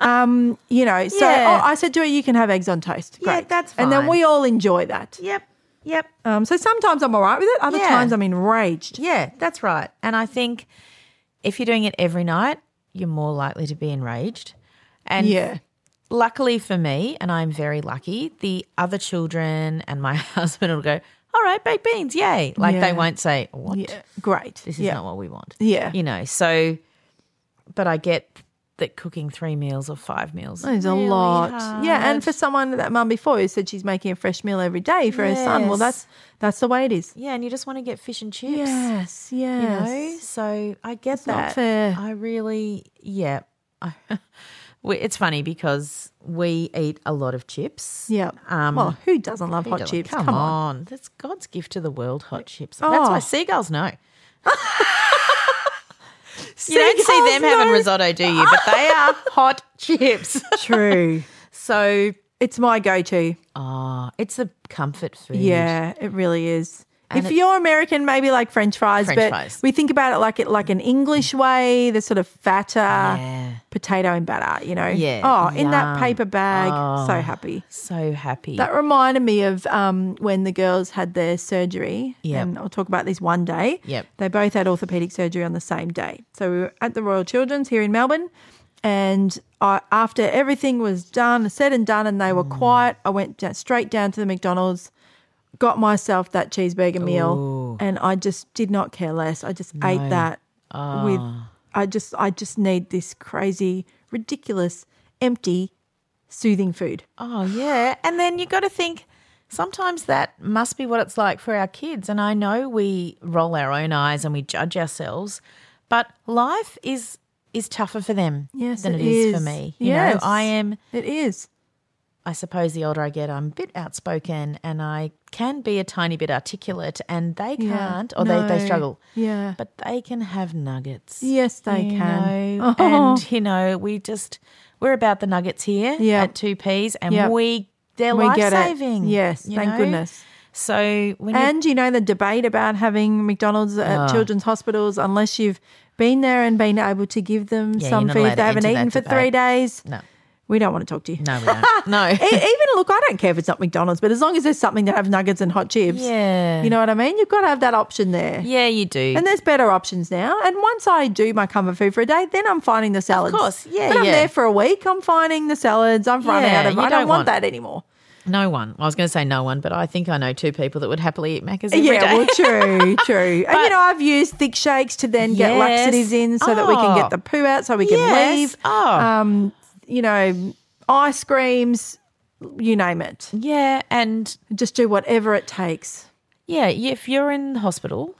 um, you know, so Yeah. oh, I said to her, you can have eggs on toast. Great. Yeah, that's And then fine. we all enjoy that. Yep, yep. Um, so sometimes I'm all right with it. Other Yeah. times I'm enraged. Yeah, that's right. And I think if you're doing it every night, you're more likely to be enraged. And Yeah. luckily for me, and I'm very lucky, the other children and my husband will go, all right, baked beans, yay. Like Yeah. they won't say, what? Yeah. Great. This is yeah. not what we want. Yeah. You know, so, but I get that cooking three meals or five meals That is a really lot. Yeah, hard. and for someone that mum before who said she's making a fresh meal every day for her son, well, Yes. that's that's the way it is. yeah, and you just want to get fish and chips. Yes, you yes. know. So I get not that. fair. I really, yeah. I, we, it's funny because we eat a lot of chips. Yeah. Um, well, who doesn't love who hot doesn't? chips? Come, on. that's God's gift to the world. Hot chips. That's Oh. why seagulls know. You don't see Seagulls them having know. risotto, do you? But they are hot chips. True. So it's my go-to. ah, it's a comfort food. Yeah, it really is. And if it- you're American, maybe like French fries, French but fries. we think about it like it like an English way, the sort of fatter Yeah. potato and batter, you know. Yeah, Oh, in that yum. paper bag, so Oh. happy. So happy. That reminded me of um, when the girls had their surgery. Yep. And I'll talk about this one day. Yep. They both had orthopedic surgery on the same day. So we were at the Royal Children's here in Melbourne. And I, after everything was done, said and done, and they were Mm. quiet, I went da- straight down to the McDonald's, got myself that cheeseburger meal, and I just did not care less. I just ate that with. Ah. I just, I just need this crazy, ridiculous, empty, soothing food. Oh, yeah. And then you got to think sometimes that must be what it's like for our kids. And I know we roll our own eyes and we judge ourselves, but life is is tougher for them Yes, than it it is. is. for me. You Yes. know, I am It is. I suppose the older I get, I'm a bit outspoken and I can be a tiny bit articulate and they Yeah. can't or they, No. they struggle. Yeah. But they can have nuggets. Yes, they you can. know, Oh. And you know, we just we're about the nuggets here Yeah. at two P's and Yeah. we they're We life get it. saving. Yes, you thank know? goodness. So when you- Ah. And you know the debate about having McDonald's at children's hospitals unless you've been there and been able to give them Yeah, some you're not food allowed they to haven't enter eaten that for three debate. days. no. We don't want to talk to you. No, we don't. No. E- Even look, I don't care if it's not McDonald's, but as long as there's something that have nuggets and hot chips, Yeah. you know what I mean. You've got to have that option there, Yeah, you do. and there's better options now. And once I do my comfort food for a day, then I'm finding the salads. course. Yeah, When I'm yeah. there for a week, I'm finding the salads. I've run Yeah, out of. you I don't, don't want want- that anymore. no one. I was going to say no one, but I think I know two people that would happily eat Macca's every Yeah, day. well, true, true. and you know, I've used thick shakes to then get Yes. laxatives in so that we can Oh. get the poo out, so we can Yes. leave. Oh. Um, you know, ice creams, you name it. yeah, and Just do whatever it takes. yeah, if you're in the hospital,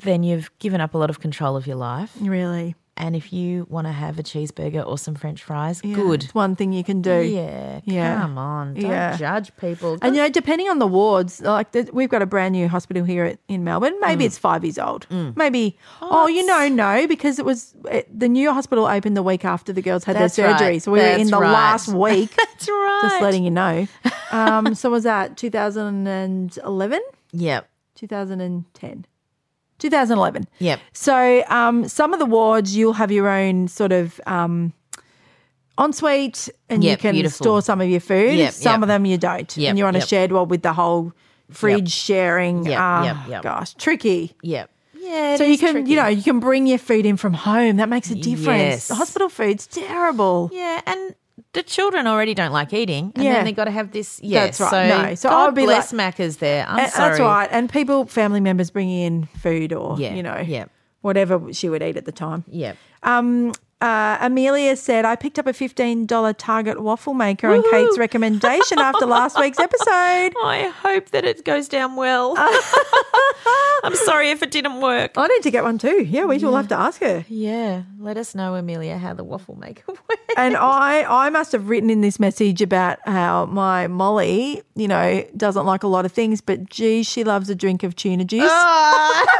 then you've given up a lot of control of your life. Really, And if you want to have a cheeseburger or some French fries, Yeah, good. It's one thing you can do. Yeah, Yeah. come on. Don't Yeah. judge people. And you know, depending on the wards, like th- we've got a brand new hospital here at, in Melbourne. Mm. Maybe it's five years old. Maybe oh, you know, no, because it was it, the new hospital opened the week after the girls had their That's surgery, right. so we were in That's the right. last week. That's right. Just letting you know. Um, so was that 2011, Yep. 2010, 2011? Yep. So um, some of the wards you'll have your own sort of um, ensuite, and Yep, you can beautiful. store some of your food. Yep, some yep. of them you don't, Yep, and you're on a yep. shared one with the whole fridge sharing. Yep, Ah, yep, yep. Gosh, tricky. Yep. Yeah. So you can, you know, you can bring your food in from home. That makes a difference. Yes. Hospital food's terrible. Yeah, and the children already don't like eating, and Yeah. then they got to have this. Yeah, That's right. So, No. So I God would be bless like- Macca's there. I'm And- sorry. That's right. And people, family members bringing in food or, Yeah, you know, yeah. whatever she would eat at the time. Yep. Um, uh, Amelia said, I picked up a $15 Target waffle maker on Kate's recommendation after last week's episode. I hope that it goes down well. I'm sorry if it didn't work. I need to get one too. Yeah, we will have to ask her. Yeah, let us know, Amelia, how the waffle maker went. And I, I must have written in this message about how my Molly, you know, doesn't like a lot of things, but gee, she loves a drink of tuna juice. Ah,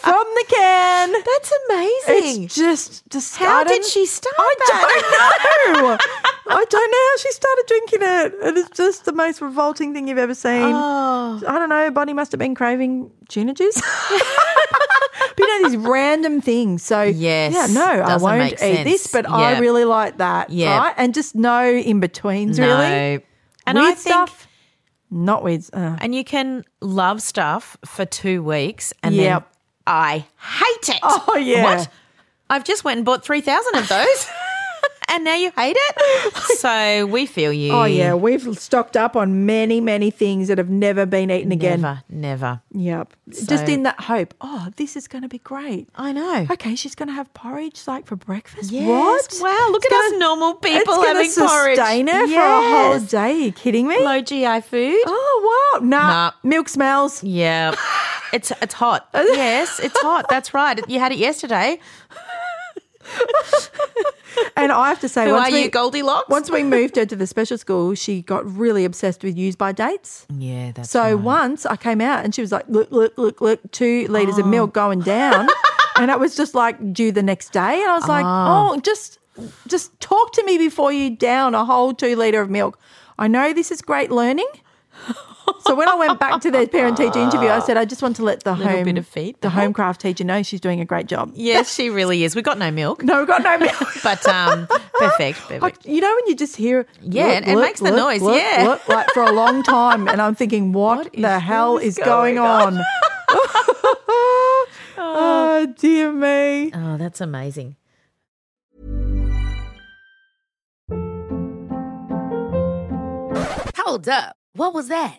From the can. That's amazing. It's just disgusting. How did she start I that? don't know. I don't know how she started drinking it. It is just the most revolting thing you've ever seen. Oh. I don't know. Bonnie must have been craving tuna juice. but you know, these random things. So, Yes, yeah, no, I doesn't won't make eat sense. this, but I Yeah. really like that. Yeah. Right? And just no in betweens, really. No. And Weird I think stuff. Not weird. Uh, and you can love stuff for two weeks and then Yep. I hate it. Oh, yeah. What? I've just went and bought three thousand of those. and now you hate it? So we feel you. oh, yeah. We've stocked up on many, many things that have never been eaten again. Never, never. Yep. Just in that hope. Oh, this is going to be great. I know. Okay, she's going to have porridge like for breakfast. Oh. Yes. What? Wow, look It's at us gonna- normal it's people gonna having porridge. sustain her for a whole Yes. day. Are you kidding me? Low GI food. oh wow. Nah. Nah. Milk smells. Yeah. It's it's hot. yes, it's hot. That's right. You had it yesterday. And I have to say, Who once are we, you, Goldilocks? Once we moved her to the special school, she got really obsessed with use by dates. yeah, that's So once I came out and she was like, look, look, look, look, two liters of milk going Oh. down. and it was just like due the next day. And I was like, Ah. oh, just just talk to me before you down a whole two liter of milk. I know this is great learning. So when I went back to the parent teacher interview, I said, I just want to let the home bit of feedback. the home craft teacher know she's doing a great job. Yes, she really is. We got no milk, No, we've got no milk. but um, perfect, Like, perfect. you know when you just hear Yeah, it- it makes the noise, yeah. look, like for a long time, and I'm thinking, what, the hell is going, on? oh. dear me! Oh, that's amazing. Hold up. What was that?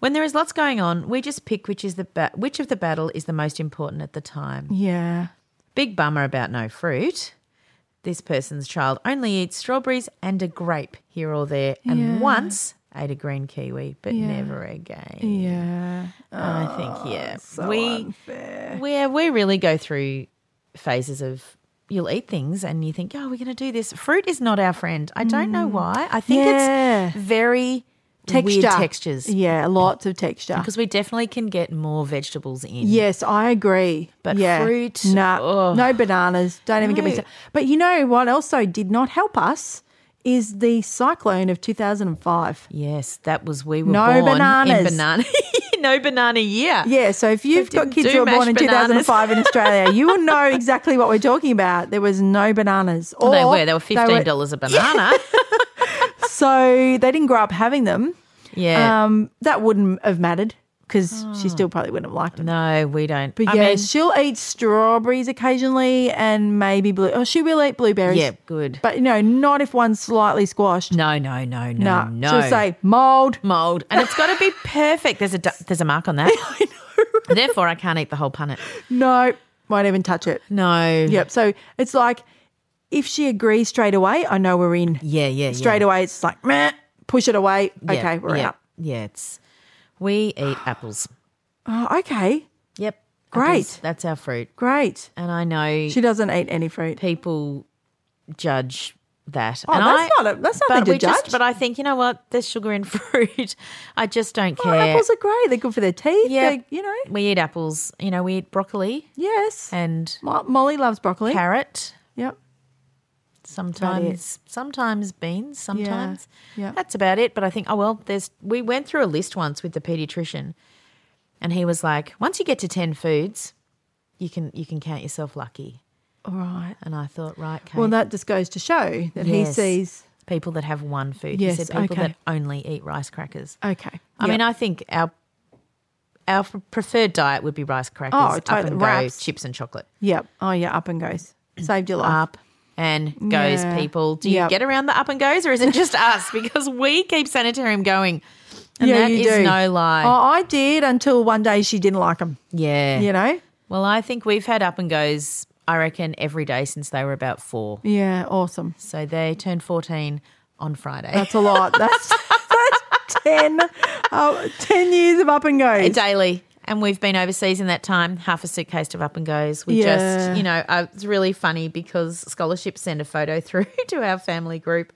When there is lots going on, we just pick which is the ba- which of the battle is the most important at the time. Yeah, Big bummer about no fruit. This person's child only eats strawberries and a grape here or there, and Yeah. once ate a green kiwi, but never again. yeah. I Ah, think yeah, we we we really go through phases of you'll eat things and you think, oh, we're going to do this. Fruit is not our friend. I don't know why. I think Mm. Yeah. it's very texture. Weird textures. Yeah, lots of texture. Because we definitely can get more vegetables in. Yes, I agree. But yeah. fruit, nah, ugh. no bananas. Don't even get me No. started. But you know what also did not help us is the cyclone of 2005. Yes, that was we were No born in bananas. banana. no banana year. Yeah, so if you've got didn't kids do who were born mashed in 2005 in Australia, you will know exactly what we're talking about. There was no bananas. Or Well, Oh, they were. They were fifteen dollars a banana. so they didn't grow up having them. yeah. Oh. Um, that wouldn't have mattered because she still probably wouldn't have liked them. no, we don't. But I yeah, mean, she'll eat strawberries occasionally and maybe blue. Oh, she will eat blueberries. Yeah, good. But you know, not if one's slightly squashed. no, no, no, no, no. no. She'll say mold. mold, and it's got to be perfect. There's a du- there's a mark on that. Therefore, I can't eat the whole punnet. No, won't even touch it. No. Yep. So it's like if she agrees straight away, I know we're in. Yeah, yeah. Straight away, it's like meh, push it away. yeah. okay, we're yeah. out. Yeah, it's we eat apples. Oh, okay, Yep. Great. Apples, that's our fruit. great. And I know She doesn't eat any fruit. people judge that. Oh, and that's I, not a- that's but nothing to we just- judge. but I think you know what? There's sugar in fruit. I just don't Oh, care. apples are great. They're good for their teeth. Yeah. They're, you know. we eat apples. You know, we eat broccoli Yes. and Mo- Molly loves broccoli. carrot. Yep. Sometimes, sometimes beans. Sometimes yeah. that's about it. But I think, oh well, there's. We went through a list once with the pediatrician, and he was like, once you get to ten foods, you can you can count yourself lucky. All right. And I thought, right, Kate, Well, that just goes to show that he Yes. sees. people that have one food. Yes, he said people okay. that only eat rice crackers. Okay. I mean, I think our our preferred diet would be rice crackers, Oh, up totally. and Wraps. go, chips and chocolate, Yep. Oh yeah, up and goes. Saved your life. up and goes. Yeah. People, do you Yep. get around the up and goes, or is it just us because we keep sanitarium going? And yeah, that is you do. no lie. Oh, I did until one day she didn't like them. yeah. You know. Well, I think we've had up and goes. I reckon every day since they were about four. Yeah. Awesome. So they turned fourteen on Friday. That's a lot. That's that's ten. Oh, 10 years of up and goes. daily. And we've been overseas in that time, half a suitcase of up and goes. We Yeah. just, you know, uh, it's really funny because scholarships send a photo through to our family group.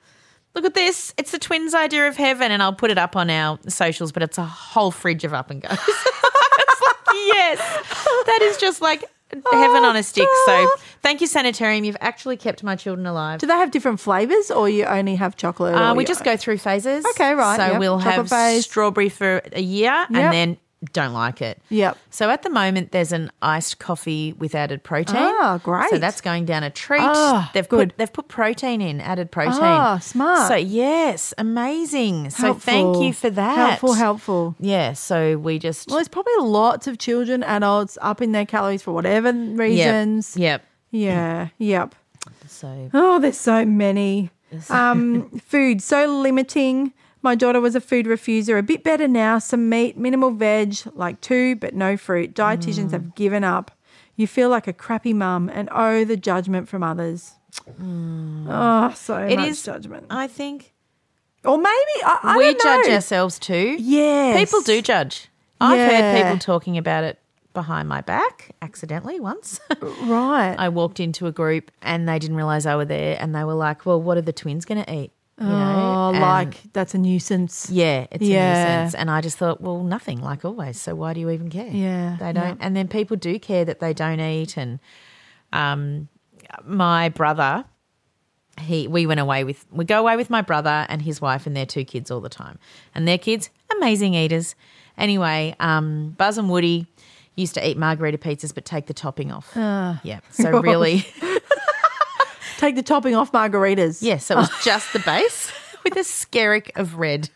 Look at this. It's the twins' idea of heaven. And I'll put it up on our socials, but it's a whole fridge of up and goes. it's like, yes, that is just like heaven on a stick. So thank you, Sanitarium. You've actually kept my children alive. Do they have different flavors, or you only have chocolate? Uh, or we you- just go through phases. Okay, right, So yep. we'll have Chocolate phase. strawberry for a year Yep. and then don't like it. Yep. So at the moment, there's an iced coffee with added protein. Ah, great. So that's going down a treat. Ah, they've good. put they've put protein in, added protein. Ah, smart. So yes, amazing. So Helpful. thank you for that. Helpful, helpful. Yeah. So we just Well, there's probably lots of children, adults upping their calories for whatever Yep, reasons. Yep. Yeah. Yep. So Oh, there's so many. Um, food, so limiting. My daughter was a food refuser. A bit better now. Some meat, minimal veg, like two, but no fruit. Dietitians Mm. have given up. You feel like a crappy mum and oh, the judgment from others. Oh, so Mm. it much is judgment. I think or maybe, I, I we don't know. judge ourselves too. Yes. People do judge. I've heard Yeah. people talking about it behind my back accidentally once. Right. I walked into a group and they didn't realize I were there and they were like, well, what are the twins going to eat? You oh, and- like that's a nuisance. Yeah, it's Yeah. a nuisance. And I just thought, well, nothing, like always. So why do you even care? Yeah, They don't. And then people do care that they don't eat. And um, my brother, he we went away with we go away with my brother and his wife and their two kids all the time. And their kids, amazing eaters. Anyway, um, Buzz and Woody used to eat margarita pizzas but take the topping off. Ah. yeah. So really Take the topping off margaritas. Yes, so it was just the base with a skerrick of red.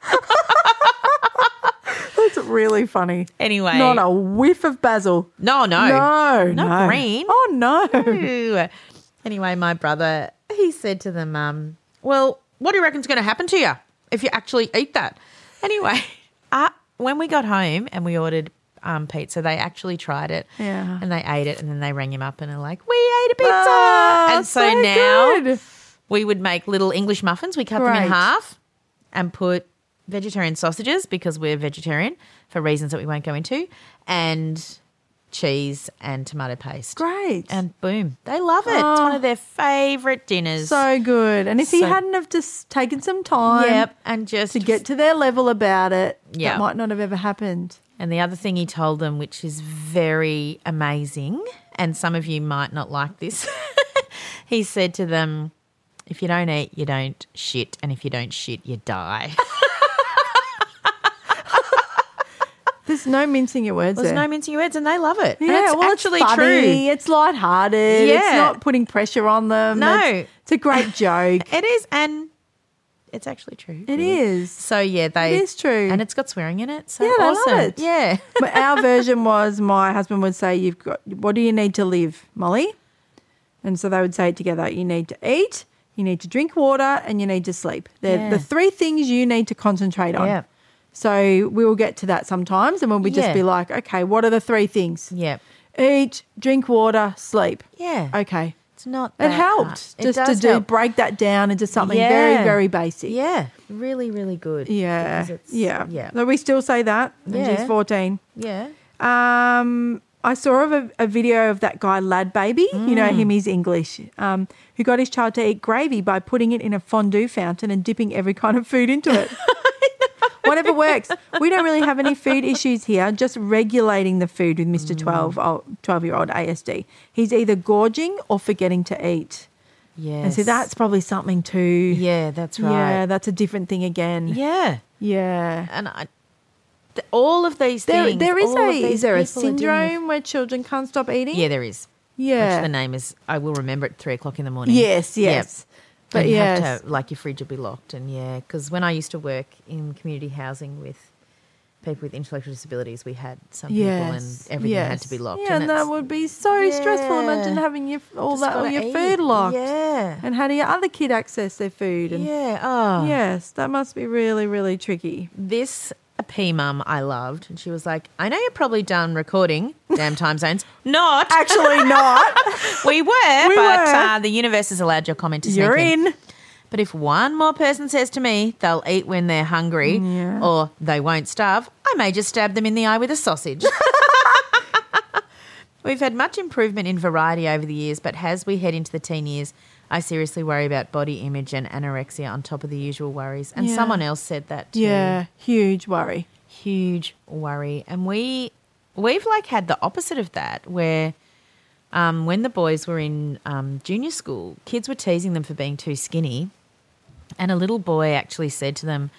That's really funny. Anyway. Not a whiff of basil. No, no. No, No no. green. Mm. Oh no. Ooh. Anyway, my brother, he said to them, um, well, what do you reckon's going to happen to you if you actually eat that? Anyway, uh, when we got home and we ordered um, pizza, they actually tried it. Yeah. And they ate it and then they rang him up and are like, we ate a pizza. Ah, and so, so now good. we would make little English muffins. We cut them Great. in half and put vegetarian sausages because we're vegetarian for reasons that we won't go into. And cheese, and tomato paste. Great. And boom, they love it. It's one of their favorite dinners. Oh. so good. And if he So- hadn't have just taken some time yep, and just to get to their level about it, Yeah. that might not have ever happened. And the other thing he told them, which is very amazing, and some of you might not like this, he said to them, If you don't eat, you don't shit. And if you don't shit, you die. There's no mincing your words There's there. no mincing your words, and they love it. And yeah, it's well, actually it's funny. true. It's lighthearted. It's Yeah. not putting pressure on them. No. It's, it's a great joke. It is, and it's actually true. it is. So, yeah, they. It is true. And it's got swearing in it. So Yeah, they love awesome. it. Yeah. But our version was my husband would say, You've got what do you need to live, Molly? And so they would say it together. You need to eat, you need to drink water, and you need to sleep. They're the Yeah. three things you need to concentrate on. Yep. So we will get to that sometimes and we'll be just Yeah. be like, Okay, what are the three things? Yep. Eat, drink water, sleep. Yeah. Okay. It's not. It that helped hard. It just to does do help. break that down into something very, Yeah. very basic. Yeah. Really, really good. Yeah. Because it's- Yeah. Yeah. So we still say that. And she's Yeah. 14. Yeah. Um, I saw of a, a video of that guy, Lad Baby. You know Mm. him, he's English, um, who got his child to eat gravy by putting it in a fondue fountain and dipping every kind of food into it. Whatever works. We don't really have any food issues here, just regulating the food with Mr. 12, Mm. oh, 12 year old ASD. He's either gorging or forgetting to eat. Yeah. And so that's probably something too. Yeah, that's Yeah, right. that's a different thing again. Yeah. Yeah. And I, th- all of these There, things. there is all of a these is there a people are dealing with- syndrome where children can't stop eating? yeah, there is. Yeah. Which the name is, I will remember at three o'clock in the morning. Yes, Yep. yes. But and you have yes. to have- like your fridge will be locked. And yeah, because when I used to work in community housing with people with intellectual disabilities, we had some Yes, people and everything had to yes. be locked. Yeah, and, it's- that would be so stressful. Imagine Yeah. having your all Just that all gotta your eat. food locked. Yeah. And how do your other kid access their food? And yeah. Oh. Yes, that must be really, really tricky. this P mum I loved, and she was like, "I know you're probably done recording, damn time zones. Not Actually, not. we were, We but were. Uh, the universe has allowed your comment to sneak You're in. But if one more person says to me they'll eat when they're hungry or they won't starve, I may just stab them in the eye with a sausage. We've had much improvement in variety over the years, but as we head into the teen years, I seriously worry about body image and anorexia on top of the usual worries. And Yeah. someone else said that too Yeah, huge worry. huge worry and we we've like had the opposite of that where um, when the boys were in um, junior school kids were teasing them for being too skinny and a little boy actually said to them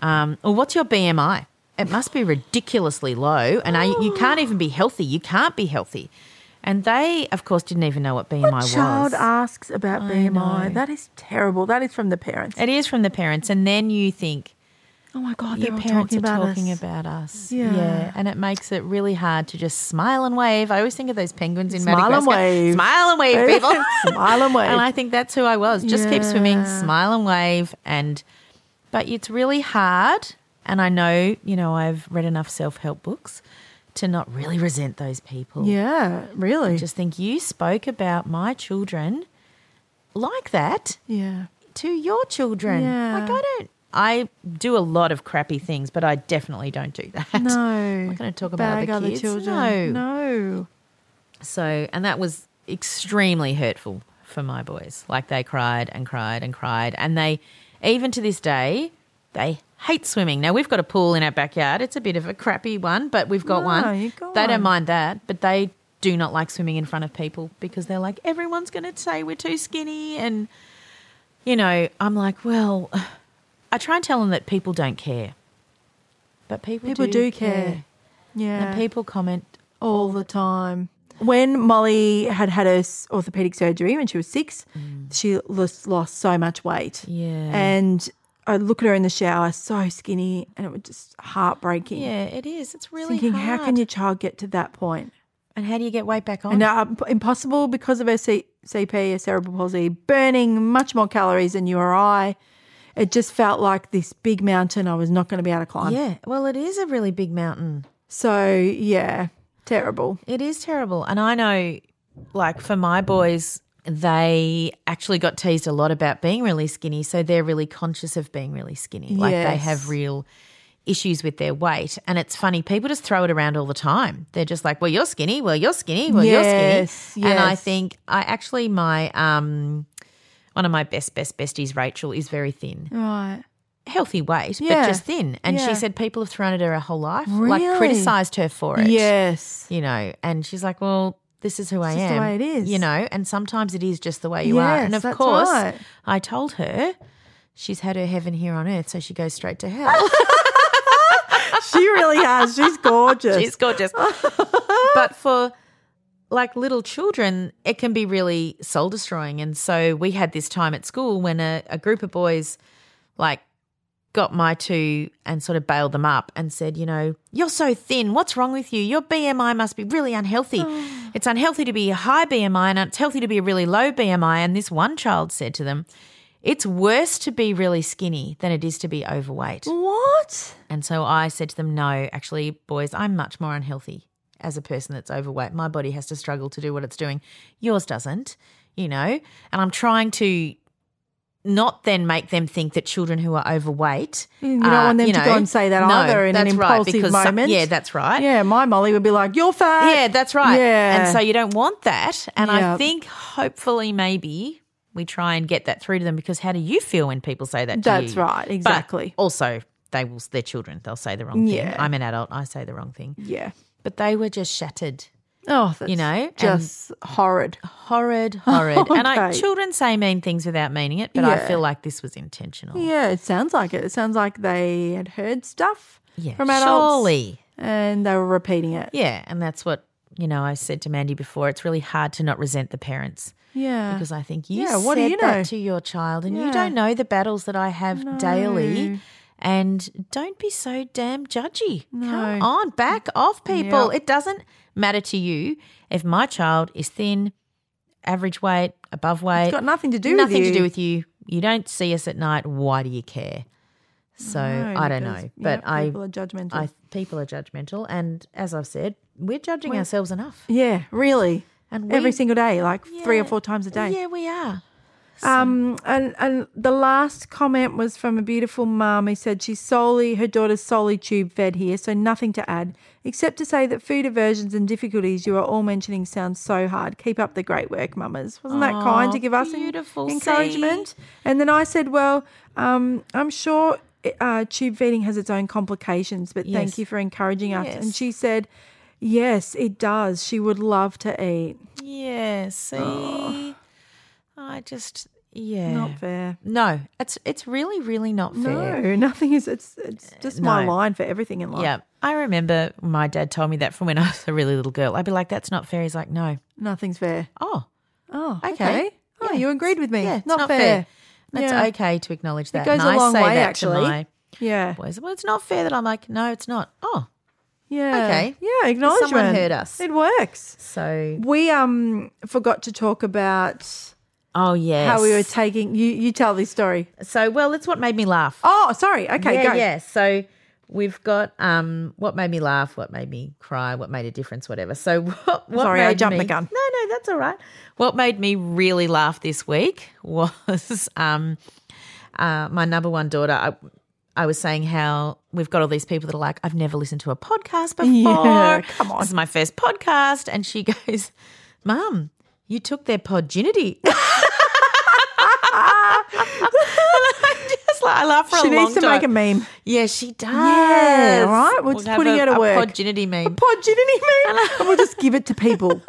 um, well what's your bmi it must be ridiculously low and are you, you can't even be healthy you can't be healthy and they of course didn't even know what bmi was Child asks about BMI. That is terrible. That is from the parents. it is from the parents and then you think oh my god, your they're all parents talking are about talking us. about us. Yeah. Yeah. and it makes it really hard to just smile and wave. I always think of those penguins in Smile and Madagascar. wave. Smile and wave, people. Smile and wave. And I think that's who I was. Just keep swimming, Yeah. smile and wave, and but it's really hard. And I know, you know, I've read enough self-help books to not really resent those people. Yeah, really. Just think you spoke about my children like that yeah. to your children. Yeah. Like I don't I do a lot of crappy things, but I definitely don't do that. No. I'm not going to talk about Bag other kids. children. No. No. So, and that was extremely hurtful for my boys. Like they cried and cried and cried and they even to this day they hate swimming. Now we've got a pool in our backyard. It's a bit of a crappy one, but we've got No, one. you got they one. don't mind that, but they do not like swimming in front of people because they're like everyone's going to say we're too skinny and you know, I'm like, well, I try and tell them that people don't care. But people, People do care. Yeah. And people comment, all the time. When Molly had had her s- orthopedic surgery when she was six, she lost, lost so much weight. Yeah. And I look at her in the shower, so skinny, and it was just heartbreaking. yeah, it is. It's really Thinking, how can hard. your child get to that point? And how do you get weight back on? And now, um, impossible because of her C- CP, her cerebral palsy, burning much more calories than you or I. It just felt like this big mountain I was not going to be able to climb. yeah, well, it is a really big mountain. So, yeah, terrible. It is terrible. And I know, like, for my boys, they actually got teased a lot about being really skinny. So they're really conscious of being really skinny. Like, they Yes. have real issues with their weight. And it's funny, people just throw it around all the time. They're just like, well, you're skinny. Well, you're skinny. Well, Yes, you're skinny. And I yes. think I actually, my, um, one of my best, best besties, Rachel, is very thin. Right. Healthy weight, Yeah. but just thin. And Yeah. she said people have thrown at her her whole life, Really? like criticized her for it Yes. you know, and she's like, well, this is who I It's just am. the way it is. You know, and sometimes it is just the way you are. Yes, And of that's course, right. I told her she's had her heaven here on earth, so she goes straight to hell. She really has. She's gorgeous. she's gorgeous. but for like little children, it can be really soul destroying. And so we had this time at school when a, a group of boys, like, got my two and sort of bailed them up and said, you know, you're so thin. What's wrong with you? Your BMI must be really unhealthy. it's unhealthy to be a high BMI and it's healthy to be a really low BMI. And this one child said to them, it's worse to be really skinny than it is to be overweight. what? And so I said to them, no, actually, boys, I'm much more unhealthy as a person that's overweight. My body has to struggle to do what it's doing. Yours doesn't, you know? And I'm trying to not then make them think that children who are overweight. Mm, You Uh, don't want them to go and say that either in an that's impulsive because some- moment. yeah, that's right. Yeah, my Molly would be like, "You're fat." Yeah, that's right. Yeah. And so you don't want that. And I Yep. think hopefully maybe we try and get that through to them because how do you feel when people say that to That's you? right, But exactly. also they will they're children, they'll say the wrong thing. Yeah. I'm an adult, I say the wrong thing. yeah. But they were just shattered. Oh, that's You know, just horrid. Oh. Horrid, horrid. And I Okay. children say mean things without meaning it, but I Yeah. feel like this was intentional. Yeah, it sounds like it. It sounds like they had heard stuff Yeah, from adults, surely. and they were repeating it. Yeah, and that's what you know, I said to Mandy before, it's really hard to not resent the parents. Yeah, because I think you Uh, Yeah, said what do you know? that to your child, and Yeah. you don't know the battles that I have daily. And don't be so damn judgy. Come on, back off, people. It doesn't matter to you if my child is thin, average weight, above weight. got nothing to do with Nothing you. to do with you. You don't see us at night. Why do you care? So No, I don't because, know, but yep, I people are judgmental. I people are judgmental, and as I've said, we're judging ourselves enough. yeah, really. And every we- single day, like three or Yeah. four times a day. Yeah, we are. Um, and and the last comment was from a beautiful mum who said she's solely her daughter's solely tube fed here, so nothing to add except to say that food aversions and difficulties you are all mentioning sound so hard. Keep up the great work, mamas. Wasn't that kind to give us en- beautiful, encouragement? And then I said, well, um, I'm sure. Uh, tube feeding has its own complications, but thank Yes. you for encouraging us. And she said, Yes, it does. She would love to eat. Yeah, see, I just yeah, Not fair. no, it's it's really really not fair. Uh, No, nothing is. It's it's just my no. line for everything in life. Yeah, I remember my dad told me that from when I was a really little girl. I'd be like, "That's not fair." He's like, "No, nothing's fair. oh, Oh, okay. Okay. Oh, Yeah. you agreed with me. yeah, it's not, fair. And It's Yeah. okay to acknowledge that." goes and a long I say way, that actually. to my Yeah, boys. Well, it's not fair that I'm like, "No, it's not." Oh, yeah, Okay. Yeah, Someone acknowledgement. heard us. It works. so We um forgot to talk about oh yeah, how we were taking. You you tell this story. so well. It's what made me laugh. Oh, sorry. Okay, yeah, go. yeah. So we've got um, what made me laugh, what made me cry, what made a difference, whatever. So what? what Sorry, I made jumped the me- gun. No, no, that's all right. What made me really laugh this week was um, uh, my number one daughter. I, I was saying how we've got all these people that are like, I've never listened to a podcast before. Yeah, come on. This is my first podcast, and she goes, "Mom, you took their podginity." Just like, I laugh for She a long needs to time. make a meme. Yeah, she does. Yeah, all right. We're just have putting a, her to a work. Podginity meme. Podge it in meme, and we'll just give it to people.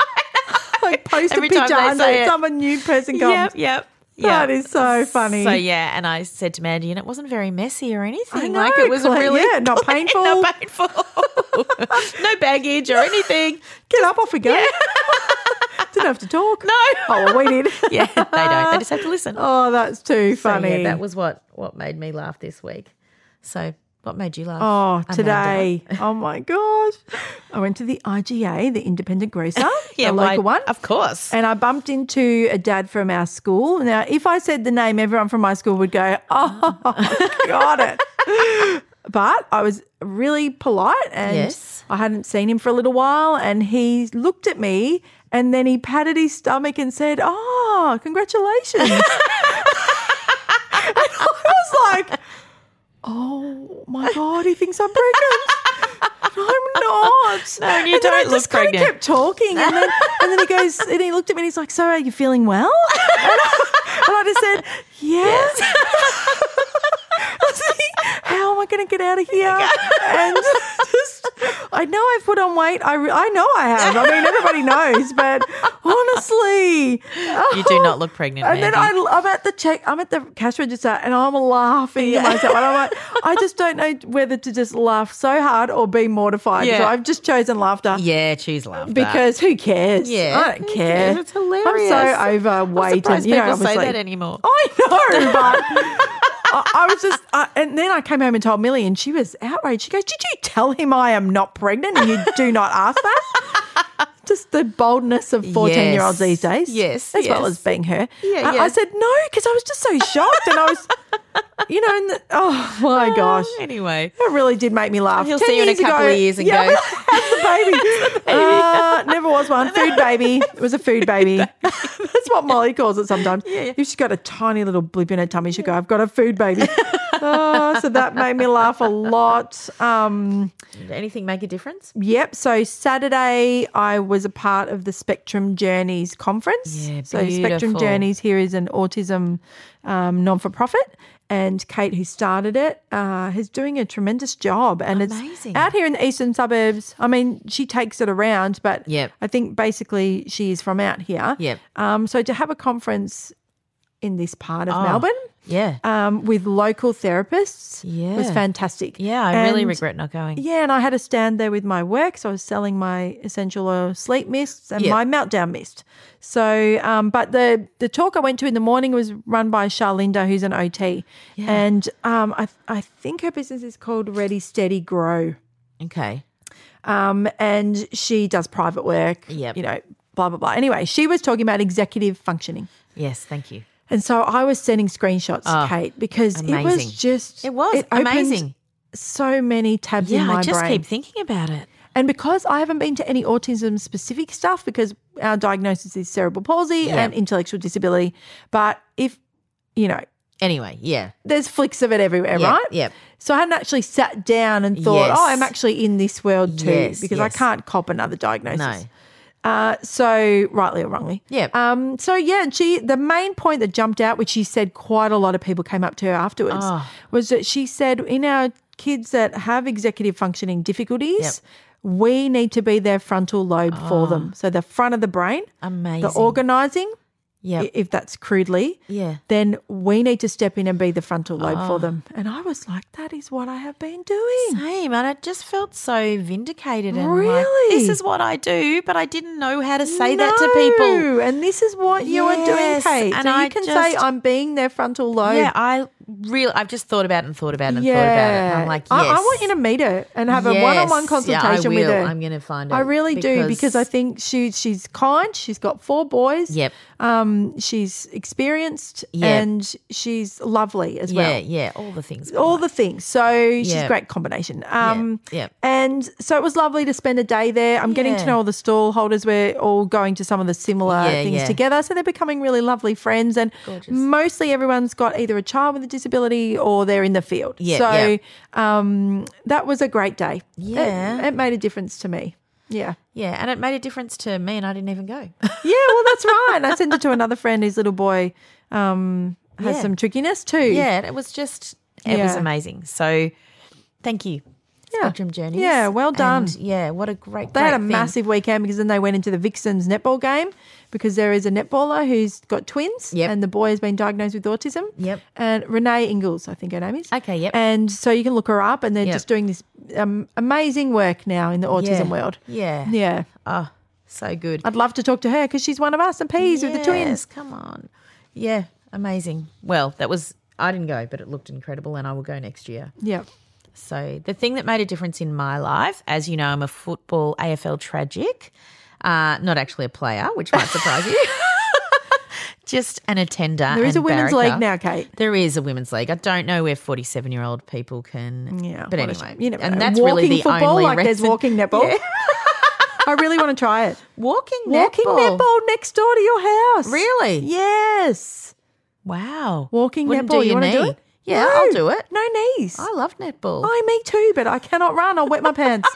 like post Every a time picture they and say then it. some new person comes. yep, yep. That yep. is so funny. So yeah, and I said to Mandy, and it wasn't very messy or anything. I like know, it was Claire, really yeah, not clean, painful. not painful, no baggage or anything. Get up, off we go. Didn't have to talk. No. Oh, well, we did. Yeah, they don't. They just have to listen. Oh, that's too So, yeah, funny. that was what what made me laugh this week. So what made you laugh? Oh, Amanda? today. Oh my gosh. I went to the IGA, the independent grocer, yeah, the why- local one. of course. And I bumped into a dad from our school. Now, if I said the name, everyone from my school would go, oh, got it. But I was really polite and Yes. I hadn't seen him for a little while. And he looked at me and then he patted his stomach and said, "Ah, Oh, congratulations. and I was like, oh my God, he thinks I'm pregnant. No, I'm not. No, and you then I don't just look kinda pregnant. kept talking. And then, and then he goes, and he looked at me and he's like, So are you feeling well? And I, and I just said, Yes. I was thinking, How am I going to get out of here? And just, I know I've put on weight. I, re- I know I have. I mean, everybody knows, but honestly. You do not look pregnant, And then I, Mandy. I'm at the check. I'm at the cash register, and I'm laughing at myself. And I'm like, I just don't know whether to just laugh so hard or be mortified. Yeah. So I've just chosen laughter. Yeah, choose laughter. Because who cares? Yeah. I don't Who care. cares? It's hilarious. I'm so overweight. I'm surprised and, you know, I people was say like- that anymore. I know, but I, I was just. I and then I came home and told Millie, and she was outraged. She goes, "Did you tell him I am not pregnant? And you do not ask that." Just the boldness of fourteen-year-olds Yes. these days, Yes, as well yes. as being her. Yeah, I, yeah. I said no because I was just so shocked, and I was, you know, and the, oh my gosh, Anyway, it really did make me laugh. He'll Ten see you in a years ago- couple of years and yeah, go- "How's the baby?" Uh, never was one. Food baby. It was a food baby. That's what Molly calls it sometimes. If she's got a tiny little blip in her tummy, she'll go, "I've got a food baby." oh, so that made me laugh a lot. Um, did anything make a difference? yep. So Saturday, I was a part of the Spectrum Journeys conference. Yeah, so Spectrum beautiful. Journeys here is an autism um, non-for-profit. And Kate, who started it, uh, is doing a tremendous job, and Amazing. it's out here in the eastern suburbs. I mean, she takes it around, but Yep. I think basically she is from out here. Yep. Um, so to have a conference in this part of Oh. Melbourne Yeah. um, with local therapists was Yeah. fantastic. Yeah, I really And- regret not going. yeah, and I had a stand there with my work, so I was selling my essential oil sleep mists and Yeah. my meltdown mist. So, um, but the the talk I went to in the morning was run by Charlinda, who's an OT, and um, I I think her business is called Ready Steady Grow, Okay. um, and she does private work. Yep. you know, blah blah blah. Anyway, she was talking about executive functioning. Yes, thank you. And so I was sending screenshots to Oh, Kate because it amazing. was just It was opened amazing. So many tabs in Yeah, my I just brain. keep thinking about it. And because I haven't been to any autism specific stuff, because our diagnosis is cerebral palsy Yeah. and intellectual disability, but if, you know, Anyway, yeah. there's flicks of it everywhere, Yeah, right? yep. So I hadn't actually sat down and thought, Yes. oh, I'm actually in this world too, Yes, because I yes. can't cop another diagnosis. No. Uh, so rightly or wrongly. Yep. Um, so yeah, and she the main point that jumped out, which she said quite a lot of people came up to her afterwards, Ah. was that she said in our kids that have executive functioning difficulties, we need to be their frontal lobe for them. So the front of the brain, Ah. Amazing. the organizing, Yep. i- if that's crudely, Yeah. Ah. then we need to step in and be the frontal lobe for them. And I was like, that is what I have been doing. Same, and I just felt so vindicated and like, Really? this is what I do, but I didn't know how to say that to people. No, And this is what you are doing, Yes, Kate. and so you I can say just- I'm being their frontal lobe. Yeah, I really, I've just thought about it and thought about it and thought about it. And Yeah. I'm like, yes. I, I want you to meet her and have a Yes. one-on-one Yeah, I consultation with will. her. I'm gonna find I out really do because- because I think she she's kind. She's got four boys. Yep. Um, she's experienced Yep. and she's lovely as Yeah, well. yeah, all the things. all the things. So she's Yeah. a great combination. Um, yeah. And so it was lovely to spend a day there. I'm getting Yeah. to know all the stall holders. We're all going to some of the similar Yeah, things yeah. together. So they're becoming really lovely friends. And mostly everyone's got either a child with a disability or they're in the field. Yeah, so Um, that was a great day. It- Yeah. It, made a difference to me. Yeah. yeah, and it made a difference to me, and I didn't even go. Yeah, well, that's right. I sent it to another friend whose little boy um, has Yeah. some trickiness too. yeah, and it was just, it was Yeah. amazing. So, thank you, Yeah. Spectrum Journeys. Yeah, well done. And yeah, what a great. They had great a thing. massive weekend because then they went into the Vixens netball game because there is a netballer who's got twins Yep. and the boy has been diagnosed with autism. Yep. And Renee Ingalls, I think her name is. Okay, yep. And so you can look her up and they're Yep. just doing this um, amazing work now in the autism Yeah. world. Yeah. Yeah. Oh, so good. I'd love to talk to her because she's one of us and P's with the Yes, twins. Come on. Yeah, amazing. Well, that was I didn't go, but it looked incredible and I will go next year. Yeah. So, the thing that made a difference in my life, as you know, I'm a football AFL tragic, uh, not actually a player, which might surprise you. Just an attender. There is and a women's barracker. league now, Kate. There is a women's league. I don't know where 47 year old people can. Yeah. what But a anyway, shame. you never and know. that's walking really the football, only like there's reason- walking netball. Yeah. I really want to try it. Walking netball. Walking netball next door to your house. Really? Yes. Wow. Walking Wouldn't netball. Do You your wanna do knee. it? Yeah, No. I'll do it. No knees. I love netball. I me too, but I cannot run. I'll wet my pants.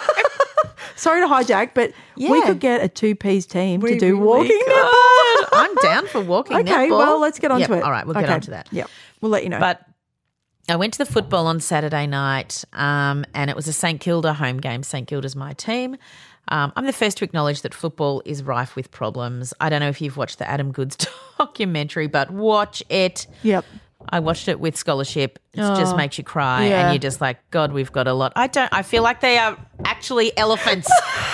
Sorry to hijack, but we Yeah. could get a two piece team We to do really walking could. Oh, netball. I'm down for walking Okay, netball. well, let's get on Yep, to it. All right, we'll get Okay. on to that. Yep. We'll let you know. But I went to the football on Saturday night, um, and it was a St Kilda home game. St Kilda's my team. Um, I'm the first to acknowledge that football is rife with problems. I don't know if you've watched the Adam Goods documentary, but watch it. yep. I watched it with scholarship. It just makes you cry, yeah. and you're just like, God, we've got a lot. I don't. I feel like they are actually elephants.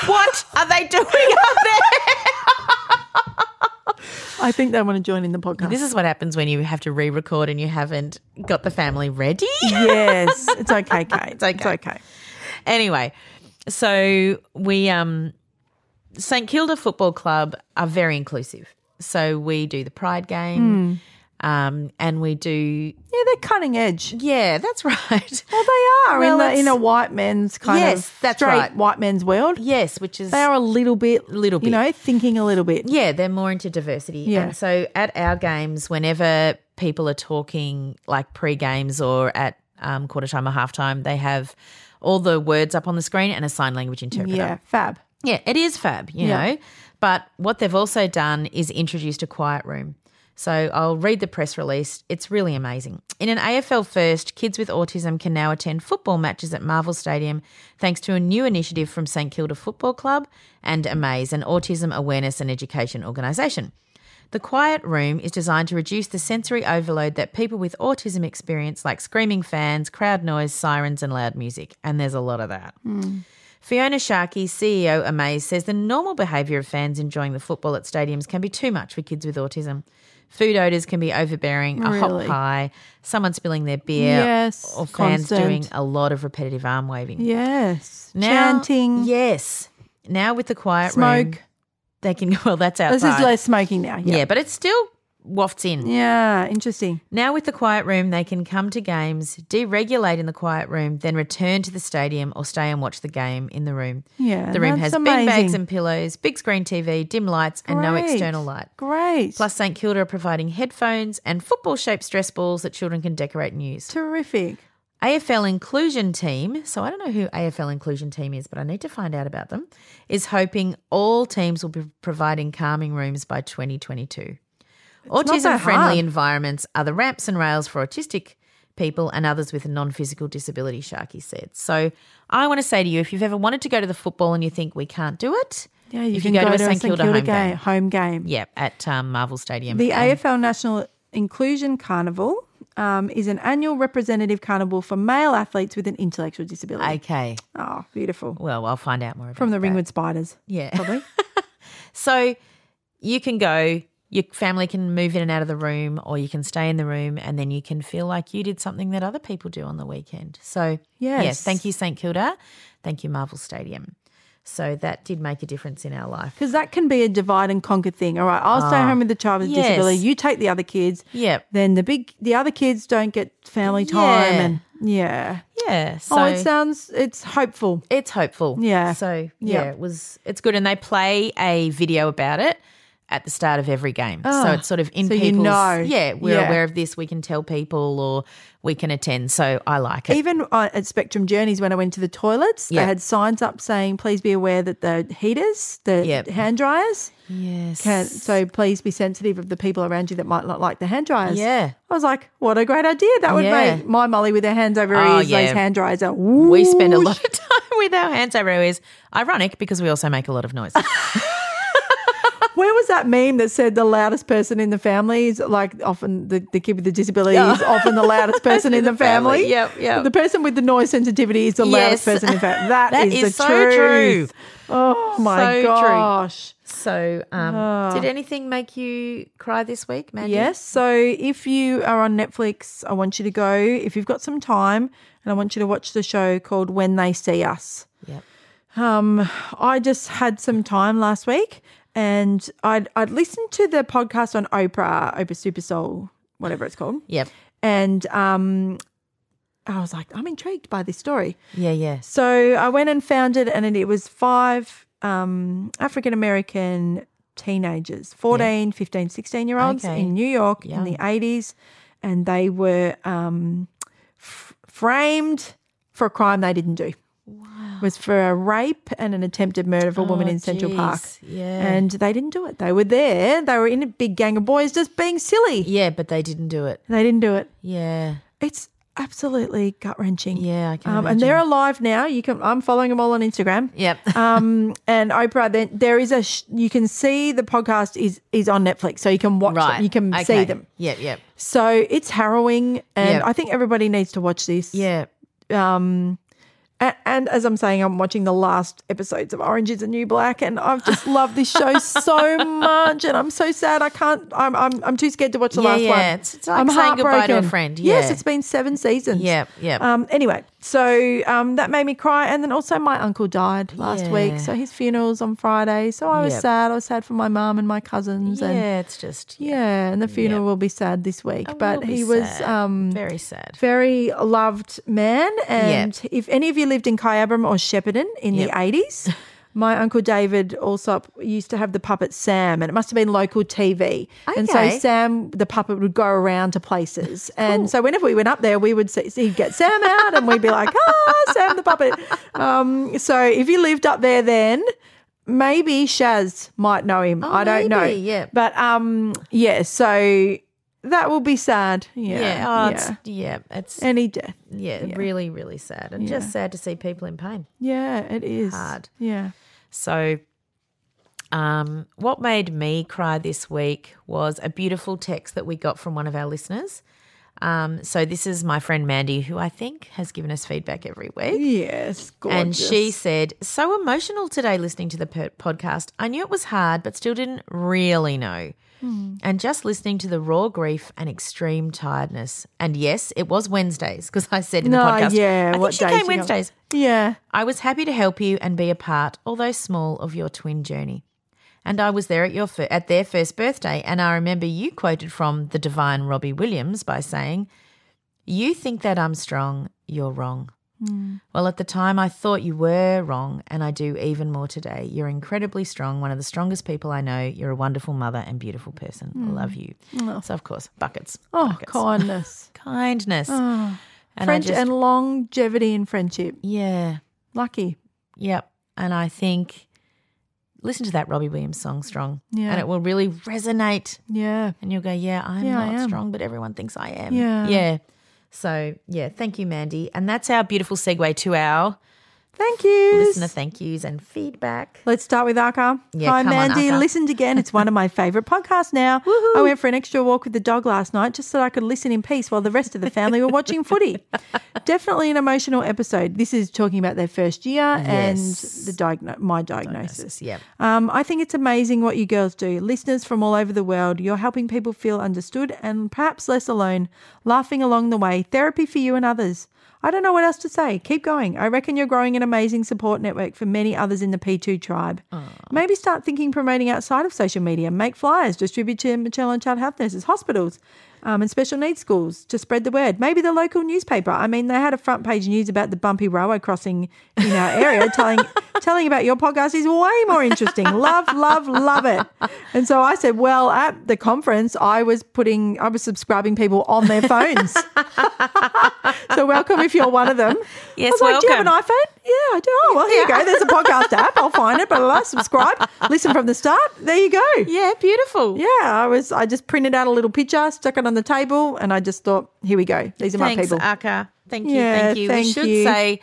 what are they doing up there? I think they want to join in the podcast. This is what happens when you have to re-record and you haven't got the family ready. yes. It's okay, Kate. it's okay. It's okay. anyway, so we um St Kilda Football Club are very inclusive. So we do the Pride game, Hmm. um, and we do Yeah, they're cutting edge. yeah, that's right. Well, they are Well, in, the, it's- in a white men's kind Yes, of that's straight right. white men's world. yes, which is They are a little bit, Little bit. you know, thinking a little bit. Yeah, they're more into diversity. Yeah. And so at our games, whenever people are talking like pre games or at um, quarter time or half time, they have all the words up on the screen and a sign language interpreter. Yeah, fab. Yeah, it is fab, you Yeah. know. But what they've also done is introduced a quiet room. So I'll read the press release. It's really amazing. In an AFL first, kids with autism can now attend football matches at Marvel Stadium thanks to a new initiative from St Kilda Football Club and Amaze, an autism awareness and education organisation. The quiet room is designed to reduce the sensory overload that people with autism experience, like screaming fans, crowd noise, sirens, and loud music. And there's a lot of that. Fiona Sharkey, CEO Amaze, says the normal behaviour of fans enjoying the football at stadiums can be too much for kids with autism. Food odours can be overbearing, a hot Really? pie, someone spilling their beer, Yes, or fans constant. doing a lot of repetitive arm waving. Yes. Now- Chanting. Yes. Now with the quiet room, Smoke. they can well that's outside. This is less smoking now. yeah. Yeah. but it still wafts in. Yeah. Interesting. Now, with the quiet room, they can come to games, deregulate in the quiet room, then return to the stadium or stay and watch the game in the room. Yeah, The room that's has bean bags amazing. and pillows, big screen TV, dim lights, and no Great. external light. Great. Plus, St Kilda are providing headphones and football shaped stress balls that children can decorate and use. terrific. AFL Inclusion Team, so I don't know who AFL Inclusion Team is, but I need to find out about them, is hoping all teams will be providing calming rooms by 2022. Autism that hard. friendly environments are the ramps and rails for autistic people and others with a non physical disability, Sharkey said. So I want to say to you if you've ever wanted to go to the football and you think we can't do it, Yeah, you if can you go, to a St Kilda, home game, game. home game. Yeah, at um, Marvel Stadium. The And- AFL National Inclusion Carnival um, is an annual representative carnival for male athletes with an intellectual disability. Okay. oh, beautiful. Well, I'll find out more about From the that. Ringwood Spiders. Yeah. Probably. So you can go, your family can move in and out of the room, or you can stay in the room, and then you can feel like you did something that other people do on the weekend. So, Yes. thank you, St. Kilda. Thank you, Marvel Stadium. So that did make a difference in our life. Because that can be a divide and conquer thing. All right, I'll stay home with the child with a Ah, yes. disability. You take the other kids. Yeah. Then the big, the other kids don't get family time, Yeah. and yeah. Yeah. So oh, it sounds it's hopeful. it's hopeful. Yeah. So Yeah. yeah, it was it's good. And they play a video about it at the start of every game. so Oh, it's sort of in so you people's know. Yeah, we're Yeah. aware of this, we can tell people or we can attend. So I like it. Even uh, at Spectrum Journeys, when I went to the toilets, Yeah. they had signs up saying, "Please be aware that the heaters, the Yep. hand dryers, yes. can so please be sensitive of the people around you that might not like the hand dryers." Yeah. I was like, "What a great idea! That would Yeah. make my Molly with her hands over her Oh, ears. yeah. Those hand dryers are We spend a lot of time with our hands over our ears. Ironic because we also make a lot of noise. Where was that meme that said the loudest person in the family is like often the, the kid with the disability is often the loudest person in the family? family. Yep, yep. The person with the noise sensitivity is the loudest Yes. person in fact. That that is, is the so true. truth. Oh my So true. gosh. so, um, did anything make you cry this week, Mandy? Ah. Yes. So if you are on Netflix, I want you to go, if you've got some time, and I want you to watch the show called When They See Us. Yep. Um, I just had some time last week and I'd, I'd listened to the podcast on Oprah, Oprah Super Soul, whatever it's called. Yep. And um, I was like, I'm intrigued by this story. Yeah. Yes. So I went and found it, and it was five um, African American teenagers 14, 15, 16 year olds Okay. in New York Young. in the 80s. and they were um, f- framed for a crime they didn't do. It was for a rape and an attempted murder of a woman Oh, in Central Park. geez. Yeah. And they didn't do it. They were there. They were in a big gang of boys just being silly. Yeah, but they didn't do it. They didn't do it. Yeah. It's absolutely gut wrenching. Yeah, I can Um, and they're alive now. You can. I'm following them all on Instagram. Yep. Um, and Oprah, then there is a. Sh- you can see the podcast is is on Netflix, so you can watch right. it. You can see Okay. them. Yep, yep. So it's harrowing, and Yeah. I think everybody needs to watch this. Yeah. Um, and, and as I'm saying, I'm watching the last episodes of Orange Is the New Black, and I've just loved this show so much, and I'm so sad I can't. I'm I'm, I'm too scared to watch the Yeah, last yeah. one. It's- it's like saying goodbye to a heartbroken. friend. Yes, Yeah. it's been seven seasons. Yep, yep. Um. Anyway, so um, that made me cry, and then also my uncle died last week, Yeah. so his funeral's on Friday. So I was Yep. sad. I was sad for my mum and my cousins, and Yeah, it's just yeah, and the funeral will be sad this week. It but will be he was sad. um very sad. very loved man. And if any of you lived in Kyabram or Shepparton in the Yep. 80s, my uncle David Allsop used to have the puppet Sam, and it must have been local TV. And so Okay. Sam, the puppet, would go around to places. And so whenever we went up there, we would see, he'd get Sam out, and we'd be like, ah, Sam the puppet. Um, so if you lived up there then, maybe Shaz might know him. I don't know. Oh, maybe, yeah. But um, yeah, so that will be sad. Yeah. Yeah. Oh, It's, yeah. It's Any death. yeah, really, really sad. And just sad to see people in pain. Yeah, it is. Hard. Yeah. So, um, what made me cry this week was a beautiful text that we got from one of our listeners. Um, so, this is my friend Mandy, who I think has given us feedback every week. Yes, gorgeous. And she said, So emotional today listening to the per- podcast. I knew it was hard, but still didn't really know. Hmm. And just listening to the raw grief and extreme tiredness. And yes, it was Wednesdays because I said in no, the podcast. yeah. I think what she day came Wednesdays. Yeah. I was happy to help you and be a part, although small, of your twin journey. And I was there at your fir- at their first birthday, and I remember you quoted from the divine Robbie Williams by saying, "You think that I'm strong, you're wrong." Hmm. Well, at the time, I thought you were wrong, and I do even more today. You're incredibly strong, one of the strongest people I know. You're a wonderful mother and beautiful person. I love you. So, of course, buckets. Hmm. Oh, buckets. kindness. kindness, and I French just- and longevity in friendship. yeah. Lucky. Yep. And I think listen to that Robbie Williams song, Strong. Yeah. And it will really resonate. Yeah. And you'll go, yeah, I'm Yeah, I not am. strong, but everyone thinks I am. Yeah. Yeah. So, yeah, thank you, Mandy. And that's our beautiful segue to our Thank you. listener thank yous and feedback. Let's start with Aka. Yeah, Hi, come on, Mandy. Aka. Listened again. It's one of my favourite podcasts now. I went for an extra walk with the dog last night just so I could listen in peace while the rest of the family were watching footy. Definitely an emotional episode. This is talking about their first year Yes. and the diagno- my diagnosis. Yep. Um, I think it's amazing what you girls do. Listeners from all over the world, you're helping people feel understood and perhaps less alone, laughing along the way, therapy for you and others. I don't know what else to say. Keep going. I reckon you're growing an amazing support network for many others in the P2 tribe. Maybe start thinking promoting outside of social media. Make flyers, distribute to maternal and child health nurses, hospitals, um, and special needs schools to spread the word. Maybe the local newspaper. I mean, they had a front page news about the bumpy railway crossing in our area, telling telling about your podcast is way more interesting. Love, love, love it. And so I said, well, at the conference, I was putting, I was subscribing people on their phones. so welcome if you're one of them. I Yes, was like, do you have an welcome. iPhone? Yeah, I do. Oh, well, here you go. There's a podcast app. I'll find it, but I subscribe, listen from the start. There you go. Yeah, beautiful. Yeah, I was. I just printed out a little picture, stuck it on the table, and I just thought, here we go. These are my Thanks, people. Aka. Thank you. Yeah, thank you. thank we should you. say,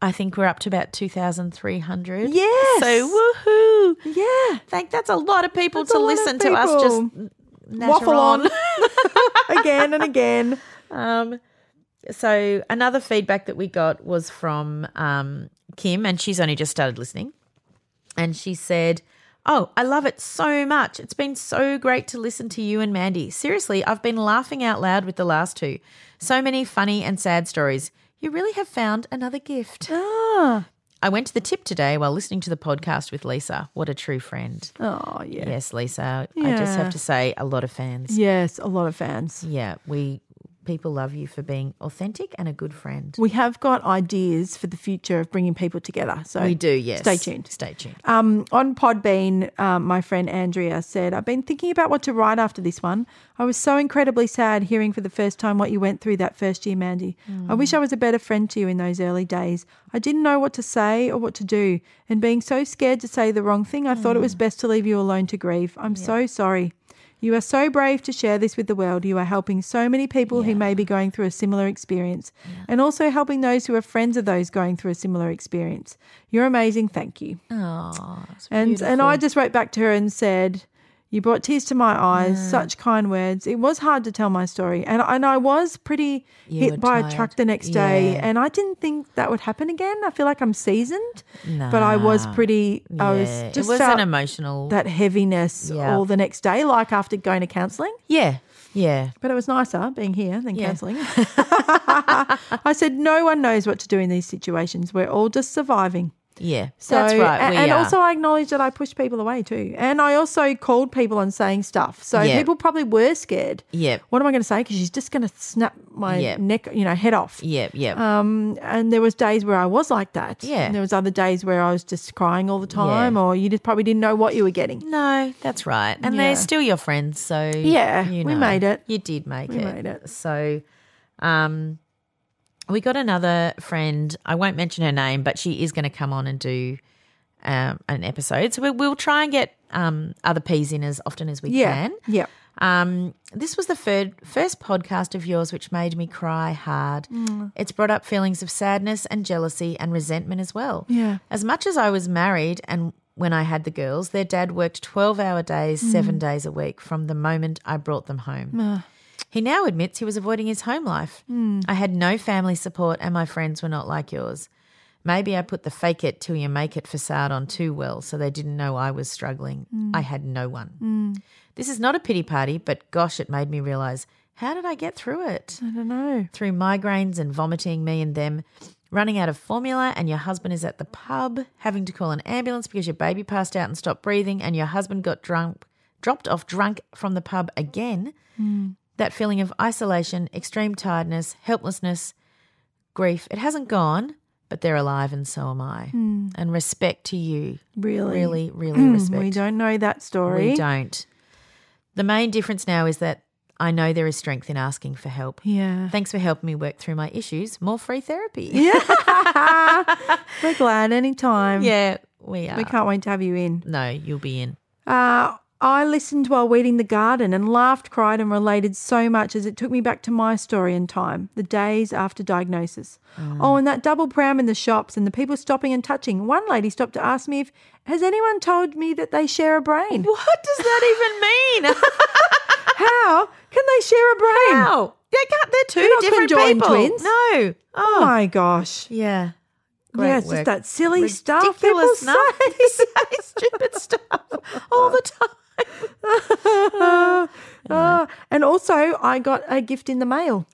I think we're up to about 2,300. Yes. So, woohoo. yeah, Thank, that's a lot of people That's to a lot of listen to us just people. natter waffle on again and again. Um, so another feedback that we got was from um, Kim, and she's only just started listening, and she said. Oh, I love it so much. It's been so great to listen to you and Mandy. Seriously, I've been laughing out loud with the last two. So many funny and sad stories. You really have found another gift. I went to the tip today while listening to the podcast with Lisa. What a true friend. Oh yeah. Yes, Lisa. I just Yeah. have to say, a lot of fans. Yes, a lot of fans. Yeah, we people love you for being authentic and a good friend. We have got ideas for the future of bringing people together. So We do, yes. Stay tuned. Stay tuned. Um, on Podbean, um, my friend Andrea said, I've been thinking about what to write after this one. I was so incredibly sad hearing for the first time what you went through that first year, Mandy. I wish I was a better friend to you in those early days. I didn't know what to say or what to do. And being so scared to say the wrong thing, I thought it was best to leave you alone to grieve. I'm so sorry. You are so brave to share this with the world. You are helping so many people who may be going through a similar experience and also helping those who are friends of those going through a similar experience. You're amazing. Thank you. Oh, And and I just wrote back to her and said, "You brought tears to my eyes. Such kind words. It was hard to tell my story, and and I was pretty You were hit by tired. a truck the next day, Yeah. and I didn't think that would happen again. I feel like I'm seasoned, but I was pretty. I was Yeah, just it was felt an emotional. that heaviness Yeah. all the next day, like after going to counselling. yeah, yeah. But it was nicer being here than Yeah. counselling. I said, no one knows what to do in these situations. We're all just surviving. Yeah, So, that's right. a- we and are. also, I acknowledge that I pushed people away too, and I also called people on saying stuff. So Yeah. people probably were scared. Yep. What am I going to say? Because she's just going to snap my Yep. neck, you know, head off. yeah, yeah. Um, and there was days where I was like that. Yeah. And there was other days where I was just crying all the time, or you just probably didn't know what you were getting. No, that's right. And Yeah. they're still your friends, so Yeah, we made it. You did make We it. made it. So, um, we got another friend. I won't mention her name, but she is going to come on and do um, an episode. So we, we'll try and get um, other peas in as often as we Yeah. can. Yeah. Um, this was the third, first podcast of yours which made me cry hard. It's brought up feelings of sadness and jealousy and resentment as well. Yeah. As much as I was married and when I had the girls, their dad worked 12 hour days, seven days a week from the moment I brought them home. He now admits he was avoiding his home life. I had no family support and my friends were not like yours. Maybe I put the fake it till you make it facade on too well so they didn't know I was struggling. I had no one. This is not a pity party, but gosh, it made me realize how did I get through it? I don't know. Through migraines and vomiting, me and them, running out of formula, and your husband is at the pub, having to call an ambulance because your baby passed out and stopped breathing, and your husband got drunk, dropped off drunk from the pub again. Hmm. That feeling of isolation, extreme tiredness, helplessness, grief, it hasn't gone, but they're alive and so am I. And respect to you. Hmm. Really. Hmm, Really, really respect. We don't know that story. We don't. The main difference now is that I know there is strength in asking for help. Yeah. Thanks for helping me work through my issues. More free therapy. We're glad anytime. yeah, we are. We can't wait to have you in. No, you'll be in. Uh, I listened while weeding the garden and laughed, cried, and related so much as it took me back to my story in time, the days after diagnosis. Mm. Oh, and that double pram in the shops and the people stopping and touching. One lady stopped to ask me if, has anyone told me that they share a brain? What does that even mean? How can they share a brain? Wow. They can't, they're 2 They're not different conjoined people. twins. No. Oh my gosh. Yeah. yeah, it's just work. that silly stuff people Ridiculous stuff. say. They say stupid stuff all the time. Ah, and also, I got a gift in the mail.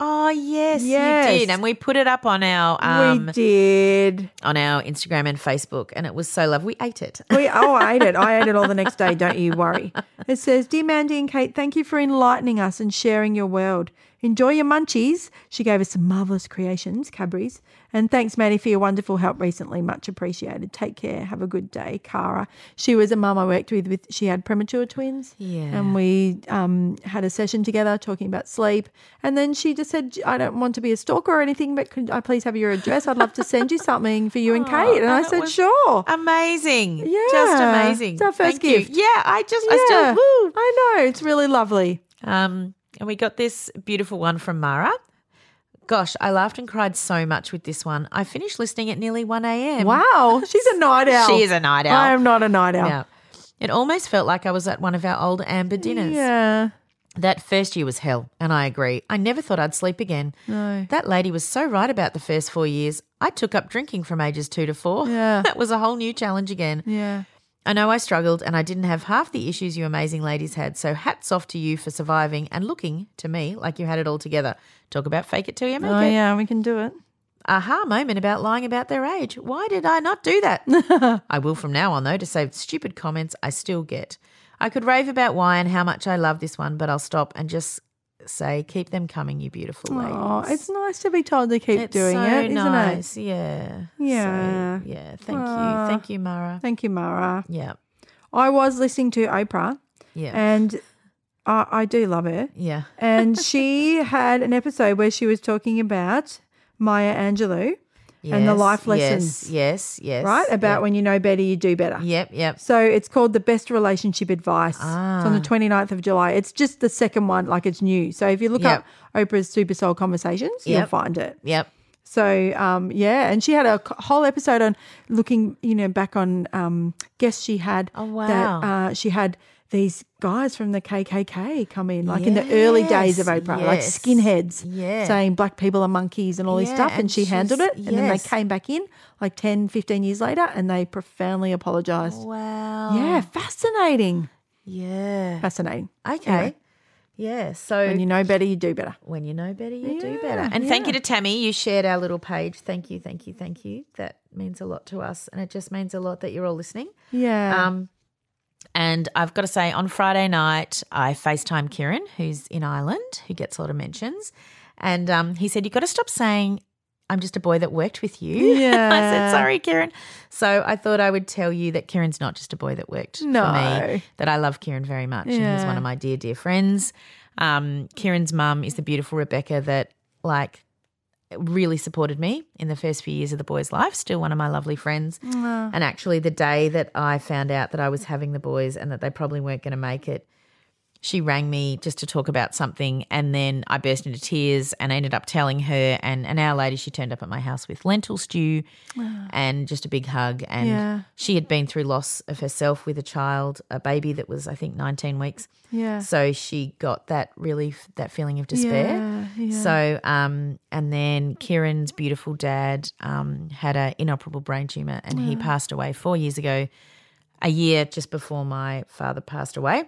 Oh yes, Yes. you did, and we put it up on our um, we did. on our Instagram and Facebook, and it was so lovely. We ate it. We, oh, I ate it. I ate it all the next day. Don't you worry. It says, Dear Mandy and Kate, thank you for enlightening us and sharing your world. Enjoy your munchies. She gave us some marvelous creations, Cadbury's. And thanks, Mandy, for your wonderful help recently. Much appreciated. Take care. Have a good day, Cara. She was a mum I worked with. with she had premature twins. Yeah. And we um, had a session together talking about sleep. And then she just said, I don't want to be a stalker or anything, but could I please have your address? I'd love to send you something for you Oh, and Kate. And I that said, was Sure. Amazing. Yeah. Just amazing. It's our first Thank you. gift. Yeah, I just, yeah. I still, woo. I know. Oh, It's really lovely. Um, and we got this beautiful one from Mara. Gosh, I laughed and cried so much with this one. I finished listening at nearly 1 a.m. Wow. She's a night owl. She is a night owl. I am not a night owl. Now, it almost felt like I was at one of our old amber dinners. Yeah. That first year was hell, and I agree. I never thought I'd sleep again. No. Mm. That lady was so right about the first four years. I took up drinking from ages two to four. Yeah. Mm. that was a whole new challenge again. Yeah. I know I struggled and I didn't have half the issues you amazing ladies had, so hats off to you for surviving and looking to me like you had it all together. Talk about fake it till you make Oh, it. yeah. We can do it. Aha moment about lying about their age. Why did I not do that? I will from now on, though, to save stupid comments I still get. I could rave about why and how much I love this one, but I'll stop and just say, keep them coming, you beautiful ladies. Oh, it's nice to be told to keep It's doing so it, isn't it? nice. Yeah. Yeah. So, yeah. Thank Aw. you. Thank you, Mara. Thank you, Mara. yeah. I was listening to Oprah, Yeah. and I, I do love her. yeah. And she had an episode where she was talking about Maya Angelou, and the Yes, life yes, lessons. Yes. Yes. right? About yep. when you know better, you do better. Yep. Yep. So it's called The Best Relationship Advice. It's on Ah. the 29th of July. It's just the second one, like it's new. So if you look Yep. up Oprah's Super Soul Conversations, you'll Yep. find it. Yep. So um, yeah, and she had a c- whole episode on looking, you know, back on um, guests she had. Oh, That wow. uh, she had these guys from the KKK come in, like in the early days of Yes, Oprah, like yes, skinheads, yeah. saying black people are monkeys and all this Yeah, stuff, and and she handled she's- it. And then they yes. came back in like 10, 15 years later, and they profoundly apologized. Wow. Yeah, fascinating, Yeah. Um, fascinating. Okay. Yeah. So And you know better, you do better. when you know better, you do Yeah, better. And thank you yeah. to Tammy. You shared our little page. Thank you, thank you, thank you. That means a lot to us. And it just means a lot that you're all listening. Yeah. Um, and I've got to say, on Friday night, I FaceTime Kieran, who's in Ireland, who gets a lot of mentions. And um, he said, You've got to stop saying, I'm just a boy that worked with you. I Yeah. said, Sorry, Kieran. So I thought I would tell you that Kieran's not just a boy that worked for No. me, that I love Kieran very much. And he's Yeah. one of my dear, dear friends. Um, Kieran's mum is the beautiful Rebecca that, like, really supported me in the first few years of the boy's life, still one of my lovely friends. And actually, the day that I found out that I was having the boys and that they probably weren't going to make it, she rang me just to talk about something. And then I burst into tears and I ended up telling her. And an hour later, she turned up at my house with lentil stew and just a big hug. And Yeah. she had been through loss of herself with a child, a baby that was, I think, 19 weeks. yeah. So she got that really that feeling of despair. Yeah, yeah. So um, and then Kieran's beautiful dad um, had an inoperable brain tumor, and he passed away four years ago, a year just before my father passed away.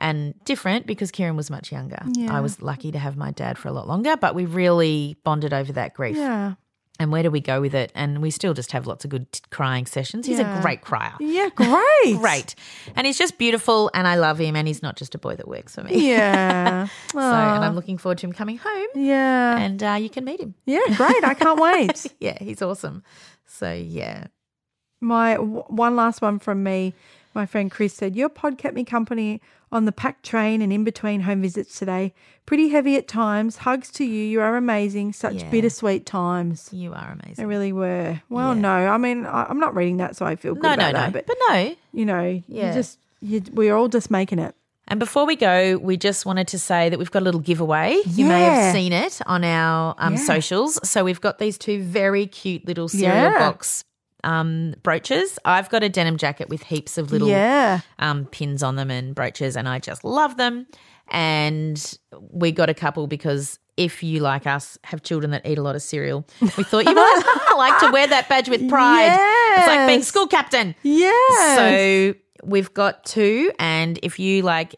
And different because Kieran was much younger. I was lucky to have my dad for a lot longer, but we really bonded over that grief Yeah. and where do we go with it. And we still just have lots of good t- crying sessions. He's Yeah. a great crier. Yeah. Great. Great. And he's just beautiful and I love him and he's not just a boy that works for me. Yeah. Oh, So, and I'm looking forward to him coming home Yeah. and uh, you can meet him. yeah, great. I can't wait. Yeah, he's awesome. So, yeah. My w- one last one from me. My friend Chris said, Your pod kept me company on the packed train and in between home visits today. Pretty heavy at times. Hugs to you. You are amazing. Such Yeah. bittersweet times. You are They amazing. really were. Well, no, I mean, I, I'm not reading that, so I feel good No, no, about no. that. But, But, no. you know, you Yeah. just, you, we're all just making it. And before we go, we just wanted to say that we've got a little giveaway. You may Yeah. have seen it on our um, socials. So, we've got these two very cute little cereal Yeah. box um, brooches. I've got a denim jacket with heaps of little yeah. um, pins on them and brooches, and I just love them. And we got a couple because if you like us have children that eat a lot of cereal, we thought you might like to wear that badge with pride. It's like being Yes. school captain. Yeah. So we've got two, and if you like,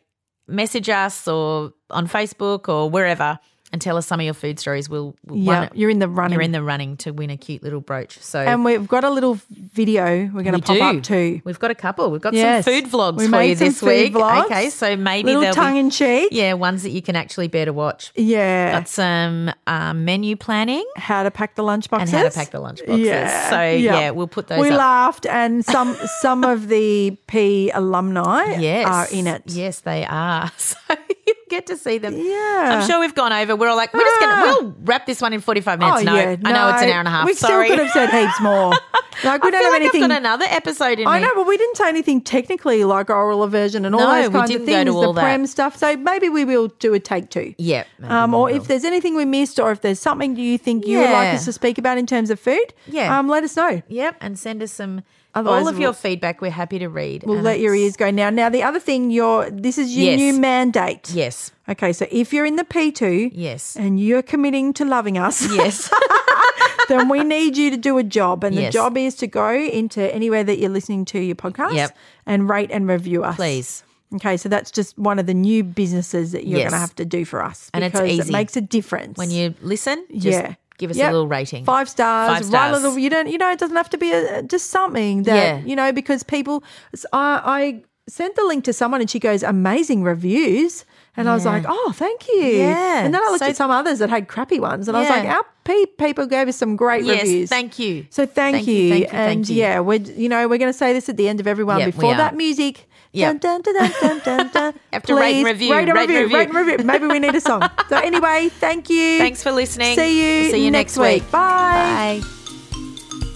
message us or on Facebook or wherever. And tell us some of your food stories. We'll, we'll yeah, run it. you're in the running. You're in the running to win a cute little brooch. So and we've got a little video we're going to pop we do. up too. We've got a couple. We've got Yes. some food vlogs We for made you some this food week. vlogs. Okay, so maybe little there'll tongue be in cheek. yeah ones that you can actually bear to watch. Yeah. Got some um, menu planning how to pack the lunchboxes and how to pack the lunch boxes. So Yep. yeah, we'll put those. We up. laughed, and some some of the P alumni Yes, are in it. Yes, they are. So you get to see them. Yeah. I'm sure we've gone over. We're all like, we're just Ah. gonna we'll wrap this one in 45 minutes. no, I know it's an hour and a half. Oh, We Sorry, still could have said heaps more. Like we I don't feel have like anything. I've got another episode in I me. know, but we didn't say anything technically like oral aversion and all No, those we kinds of didn't go things, to all the that. prem stuff. So maybe we will do a take two. Yeah, maybe Um, we or will. if there's anything we missed, or if there's something you think you would like Yeah. us to speak about in terms of food, Yeah. um, let us know. Yep, and send us some Otherwise all of we'll- your feedback. We're happy to read. We'll and let your it's- ears go now. Now the other thing, your this is your Yes. new mandate. Yes, Okay, so if you're in the P2 yes, and you're committing to loving us, yes. then we need you to do a job. And the Yes. job is to go into anywhere that you're listening to your podcast Yep. and rate and review us. Please. Okay, so that's just one of the new businesses that you're Yes. going to have to do for us And it's because it easy. makes a difference. when you listen, just yeah. give us Yep. a little rating. Five stars. Five Right stars. little, you don't, you know, it doesn't have to be a, just something that, Yeah. you know, because people, I, I sent the link to someone and she goes, amazing reviews. And I was like, oh, thank you. Yeah. And then I looked So- at some others that had crappy ones. And I was Yeah. like, our pe- people gave us some great Yes, reviews. thank you. So thank, Thank you. you, thank you, and thank you. yeah, we're, you know, we're going to say this at the end of everyone Yep, we before are. that music. Yep. Dun, dun, dun, dun, dun, dun. Have to rate Please, and review, Rate and rate and review. review. Rate and review. Maybe we need a song. So anyway, thank you. Thanks for listening. See you, See you next week. week. Bye. Bye.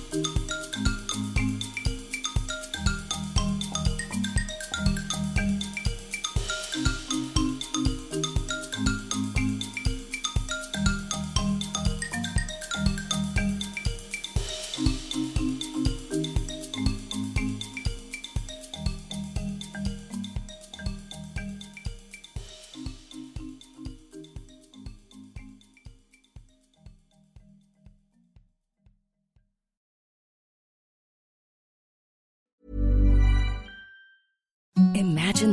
Imagine